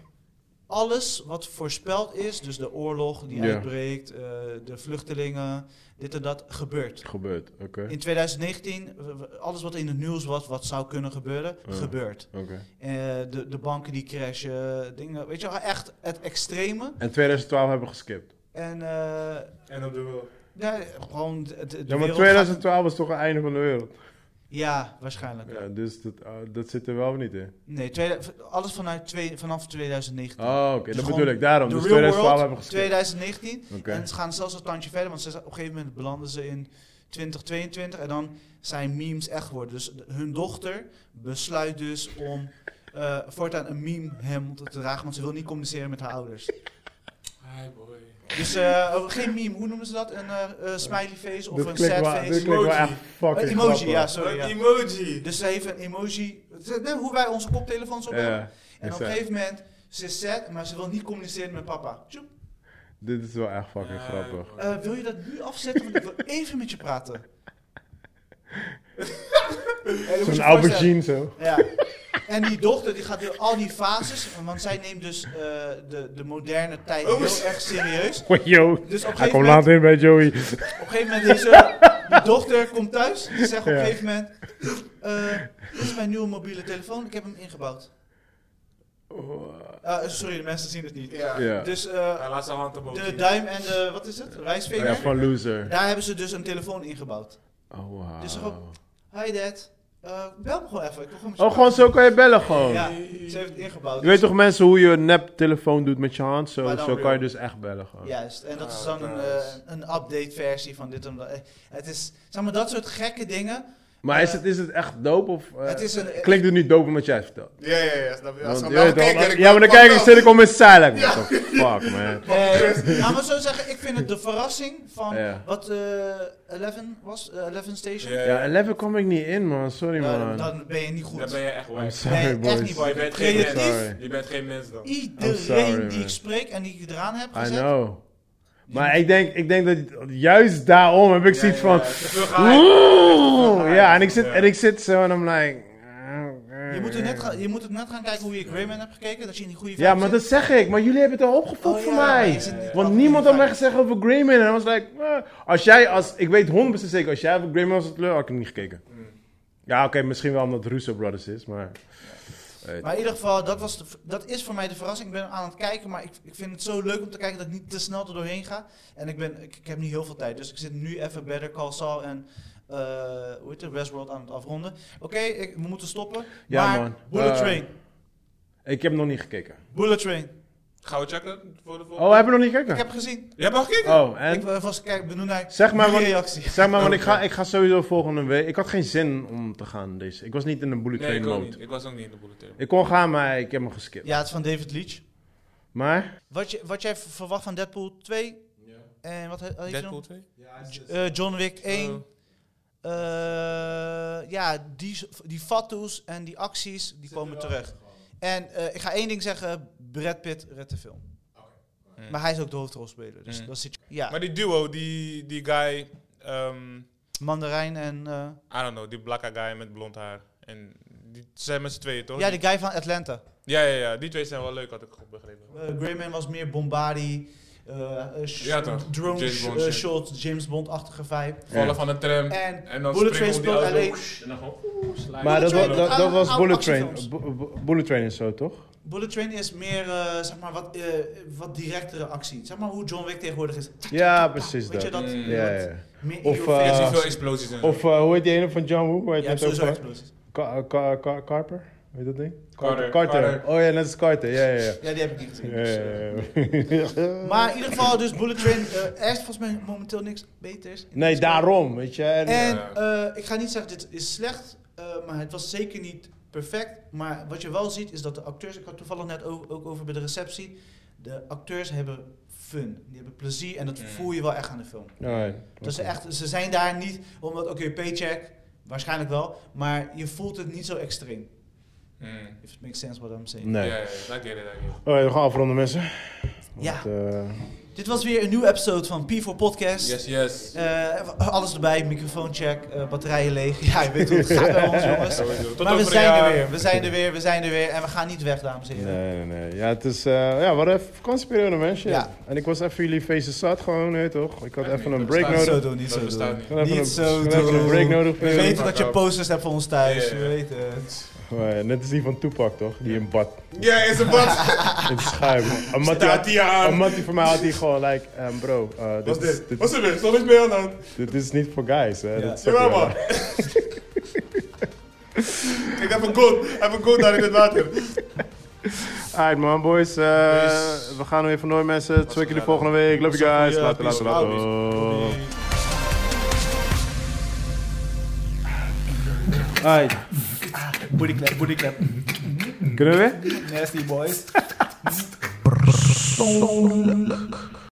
alles wat voorspeld is, dus de oorlog die
Ja.
uitbreekt, eh, de vluchtelingen, dit en dat, gebeurt.
Gebeurd, oké.
In 2019, w- w- alles wat in het nieuws was, wat zou kunnen gebeuren,
Ja.
gebeurt.
Oké.
Eh, de, de banken die crashen, dingen, weet je wel, echt het extreme.
En 2012 hebben we geskipt.
En eh,
En op de wil.
ja, gewoon de, de- de
Ja, maar
wereld
2012 was toch het einde van de wereld.
gaat- ja, waarschijnlijk.
Ja, dus dat, ah, dat zit er wel niet in.
Nee, tweede- alles vanuit twee, vanaf 2019.
Oh, oké,
Dus
dat
gewoon
bedoel ik. Daarom,
The
dus
real
2012
world,
hebben we geskipt.
2019.
Oké.
En ze gaan zelfs een tandje verder, want ze, op een gegeven moment belanden ze in 2022 en dan zijn memes echt geworden. Dus de- hun dochter besluit dus om eh, eh, voortaan een meme hem te dragen, want ze wil niet communiceren met haar ouders.
Hi boy.
Dus eh, oh, geen meme, hoe noemen ze dat? Een eh, eh, smiley face of
Dit
een
klinkt
sad
wel,
face?
dit klinkt wel
Emoji.
echt fucking
Eh, emoji,
grappig.
ja, sorry. ja.
Emoji.
Dus ze heeft een emoji. Het is net Hoe wij onze koptelefoons op hebben.
Ja,
en op een
exact.
gegeven moment, ze is sad, maar ze wil niet communiceren met papa. Tjoep.
Dit is wel echt fucking
Hi,
grappig.
boy.
Eh, wil je dat nu afzetten? Want ik wil even met je praten. En dan moet je
Zo'n
voorstellen-
aubergine zo.
Ja. En die dochter die gaat door al die fases, want zij neemt dus eh, de, de moderne tijd
Oh,
heel
shit.
erg serieus.
Voor yo.
Dus op een
Hij
gegeven
komt
moment,
laat in bij Joey.
op een gegeven moment deze, die dochter komt thuis, die zegt op een
Ja.
gegeven moment, eh, dit is mijn nieuwe mobiele telefoon, ik heb hem ingebouwd. Eh, sorry, de mensen zien het niet.
Ja.
Ja.
Dus eh,
Hij laat zijn hand omhoog.
de duim en de, wat is het, wijsvinger,
ja, van loser.
daar hebben ze dus een telefoon ingebouwd.
Oh, wow.
Dus gewoon- Hi dad, Eh, bel me gewoon even. Ik wil gewoon met je
Oh, gewoon zo kan je bellen gewoon.
Ja, ze heeft het ingebouwd.
Je weet toch mensen hoe je een nep telefoon doet met je hand? Zo,
Maar dan
zo
real.
kan je dus echt bellen gewoon.
Juist, en dat
Ah,
is dan een,
nice.
eh, een update versie van dit en dat. Eh, Het is, zeg maar, dat soort gekke dingen.
Maar is het, is het echt dope of... eh,
het is een, eh,
Klinkt het niet dope omdat jij het vertelt?
Ja, ja, ja, snap je. Als
Want,
ze
je weet
naar
toch,
kijken en
als-
ik
ja, maar dan kijk ik, zit ik om mijn silent.
Ja.
What the Fuck, man.
eh, laten we zo zeggen, ik vind het de verrassing van
Ja.
wat eh 11 was, eh, 11 Station.
Ja,
Ja, 11 kwam ik niet in, man. Sorry,
Ja,
man.
dan ben je niet
Dan
goed.
ben je echt
I'm
wijs.
sorry,
nee, echt
boys.
niet waar.
Je bent geen
Creatief.
mens.
Oh, Sorry.
Je bent geen mens dan.
Iedereen
sorry,
die
man.
ik spreek en die ik eraan heb
I
gezet,
know. Maar ik denk, ik denk dat juist daarom heb ik
Ja,
zoiets
ja,
van...
ja. Te veel gehyped.
Oeh, ja, en ik zit,
Ja.
en ik zit zo en I'm like...
je moet, er net gaan, je moet het net gaan kijken hoe je Greyman hebt gekeken, dat je in die goede
Ja,
vibe
maar
zit.
dat zeg ik. Maar jullie hebben het al opgefokt
Oh,
voor
ja, maar
mij.
je zit niet
Want
op
niemand
die
had mij
vibe.
gezegd over Greyman. En I was like... eh, als jij, als, ik weet 100% zeker, als jij over Greyman was het leuk, had ik het niet gekeken.
Mm.
Ja, oké, misschien wel omdat het Russo Brothers is, maar...
Maar in ieder geval, dat, was de, dat is voor mij de verrassing. Ik ben aan het kijken, maar ik, ik vind het zo leuk om te kijken dat ik niet te snel er doorheen ga. En ik, ben, ik, ik heb niet heel veel tijd, dus ik zit nu even Better Call Saul en eh, hoe heet het, Westworld aan het afronden. Oké, ik- we moeten stoppen.
Ja,
maar
man.
Bullet
Eh.
Train,
Ik heb nog niet gekeken.
Bullet Train.
Gaan we checken voor de
Oh,
volgende?
hebben we nog niet gekeken?
Ik heb gekeken.
Jij mag kijken.
Oh, en?
Ik wil even kijken, benoemd naar
Zeg maar,
jullie
want-
reactie.
Zeg maar, want ik ga, ik ga sowieso volgende week... Ik had geen zin om te gaan, dus ik was niet in de bullet
Nee,
train
ik ook
mode.
niet. Ik was ook niet in de bullet train.
Ik kon gaan, maar ik heb hem geskipt.
Ja, het is van David Leach.
Maar,
Wat, je, wat jij v- verwacht van Deadpool 2 en wat he- heet je
Deadpool
nog?
2?
Eh, John
Oh.
Wick 1. Eh, ja, die, die fatsoes en die acties, die komen terug. En eh, ik ga één ding zeggen, Brad Pitt redt de film.
Mm.
Maar hij is ook de hoofdrolspeler, dus
Mm.
dat zit... Ja,
Maar die duo, die, die guy, ehm,
Mandarijn en... eh,
I don't know, die blakke guy met blond haar. En die zijn met z'n tweeën,
Oh,
toch?
ja, de guy van Atlanta.
ja, ja, ja, die twee zijn wel leuk, had ik goed begrepen.
Eh Greyman was meer Bombardi, eh, eh, sh-
Ja, toch.
drone
James
sh-
Bond
eh,
shit.
shots, James Bond-achtige vibe.
Vallen van de tram.
En,
En dan
Eh, Bullet Train
springen we op die
speelt
auto.
alleen...
En dan gewoon... oeh, slide.
maar dat,
Train
wa-
doet
dat, dat
oude-
was
oude
bullet train.
actiefilms.
Bu- bu- bullet train is zo, toch?
Bullet Train is meer, eh, zeg maar, wat, eh, wat directere actie. Zeg maar hoe John Wick tegenwoordig is.
Ja, precies
Weet je
dat.
dat?
Mm.
Ja, ja.
dat
ja.
meer in
Of,
your
Er
face.
eh,
zijn veel explosies en zo.
Of eh, hoe heet die ene van John Woo? Waar je
Ja,
het
hebt
net
sowieso
over had?
explosies.
Ka- eh, ka- ka- Carper? Weet dat ding?
Carter.
Carter. Oh ja, net als Carter. Ja, ja, ja.
Ja, die heb ik niet gezien.
Ja,
dus,
ja,
eh.
ja.
eh,
Maar in ieder geval, dus Bullet Train, eh er is volgens mij momenteel niks beters. Dus-
Nee, daarom, weet je. En,
En
Ja.
eh, ik ga niet zeggen, dit is slecht, eh, maar het was zeker niet perfect. Maar wat je wel ziet, is dat de acteurs, ik had toevallig net o- ook, over bij de receptie, de acteurs hebben fun, die hebben plezier en dat
Mm.
voel je wel echt aan de film.
Alright.
Dus ze echt, ze zijn daar niet omdat, oké, paycheck, waarschijnlijk wel, maar je voelt het niet zo extreem.
Mm.
If it makes sense what I'm saying.
Ja,
Nee.
ja, ja. I get it, I get it.
Alright, we gaan afronden, mensen.
Ja,
Want, eh,
dit was weer een nieuwe episode van P4 Podcast.
Yes, yes.
Eh, alles erbij, microfooncheck, eh, batterijen leeg. Ja, je weet hoe het gaat bij ons, jongens.
Sowieso. Tot
maar we
over een
zijn
jaar.
er weer, we zijn er weer, we zijn er weer. En we gaan niet weg, dames en heren.
Nee, nee, nee. Ja, het is... eh, ja, we hadden even vakantieperiode, mensen.
Ja.
En ik was even jullie faces zat gewoon, nee, toch? Ik had
Nee,
even
nee,
een
dat
break
bestaat
nodig.
Zo doen, niet
Dat
zo
bestaat
doen.
niet.
Ik had even een-
Niet zo
ik had even een
doen.
break nodig.
We
voor jullie.
weten dat je posters hebt voor ons thuis,
Ja,
we
ja, ja.
weten het.
Oh, ja, net als die van Tupac, toch? Die in bad.
Ja, is een bad.
In het schuim. Een mattie
Staat
had-
hij aan.
een mattie van mij had hij gewoon, like, ehm, bro, eh,
Wat
dit, is,
dit?
dit,
Wat is er weer? Stop eens mee aan de hand.
dit is niet voor guys, hè? Dat is ook
Jawel,
wel.
man. Ik heb een goal. Ik heb een goal daar in het water.
Alright man, boys. eh,
Peace.
we gaan nu even nooit mensen. Twee jullie
gedaan.
volgende week. Love you guys.
Ja,
Later,
peace.
later, later. Alright.
Booty clap, booty clap.
Kunnen we weer?
Nasty boys.
Persoonlijk.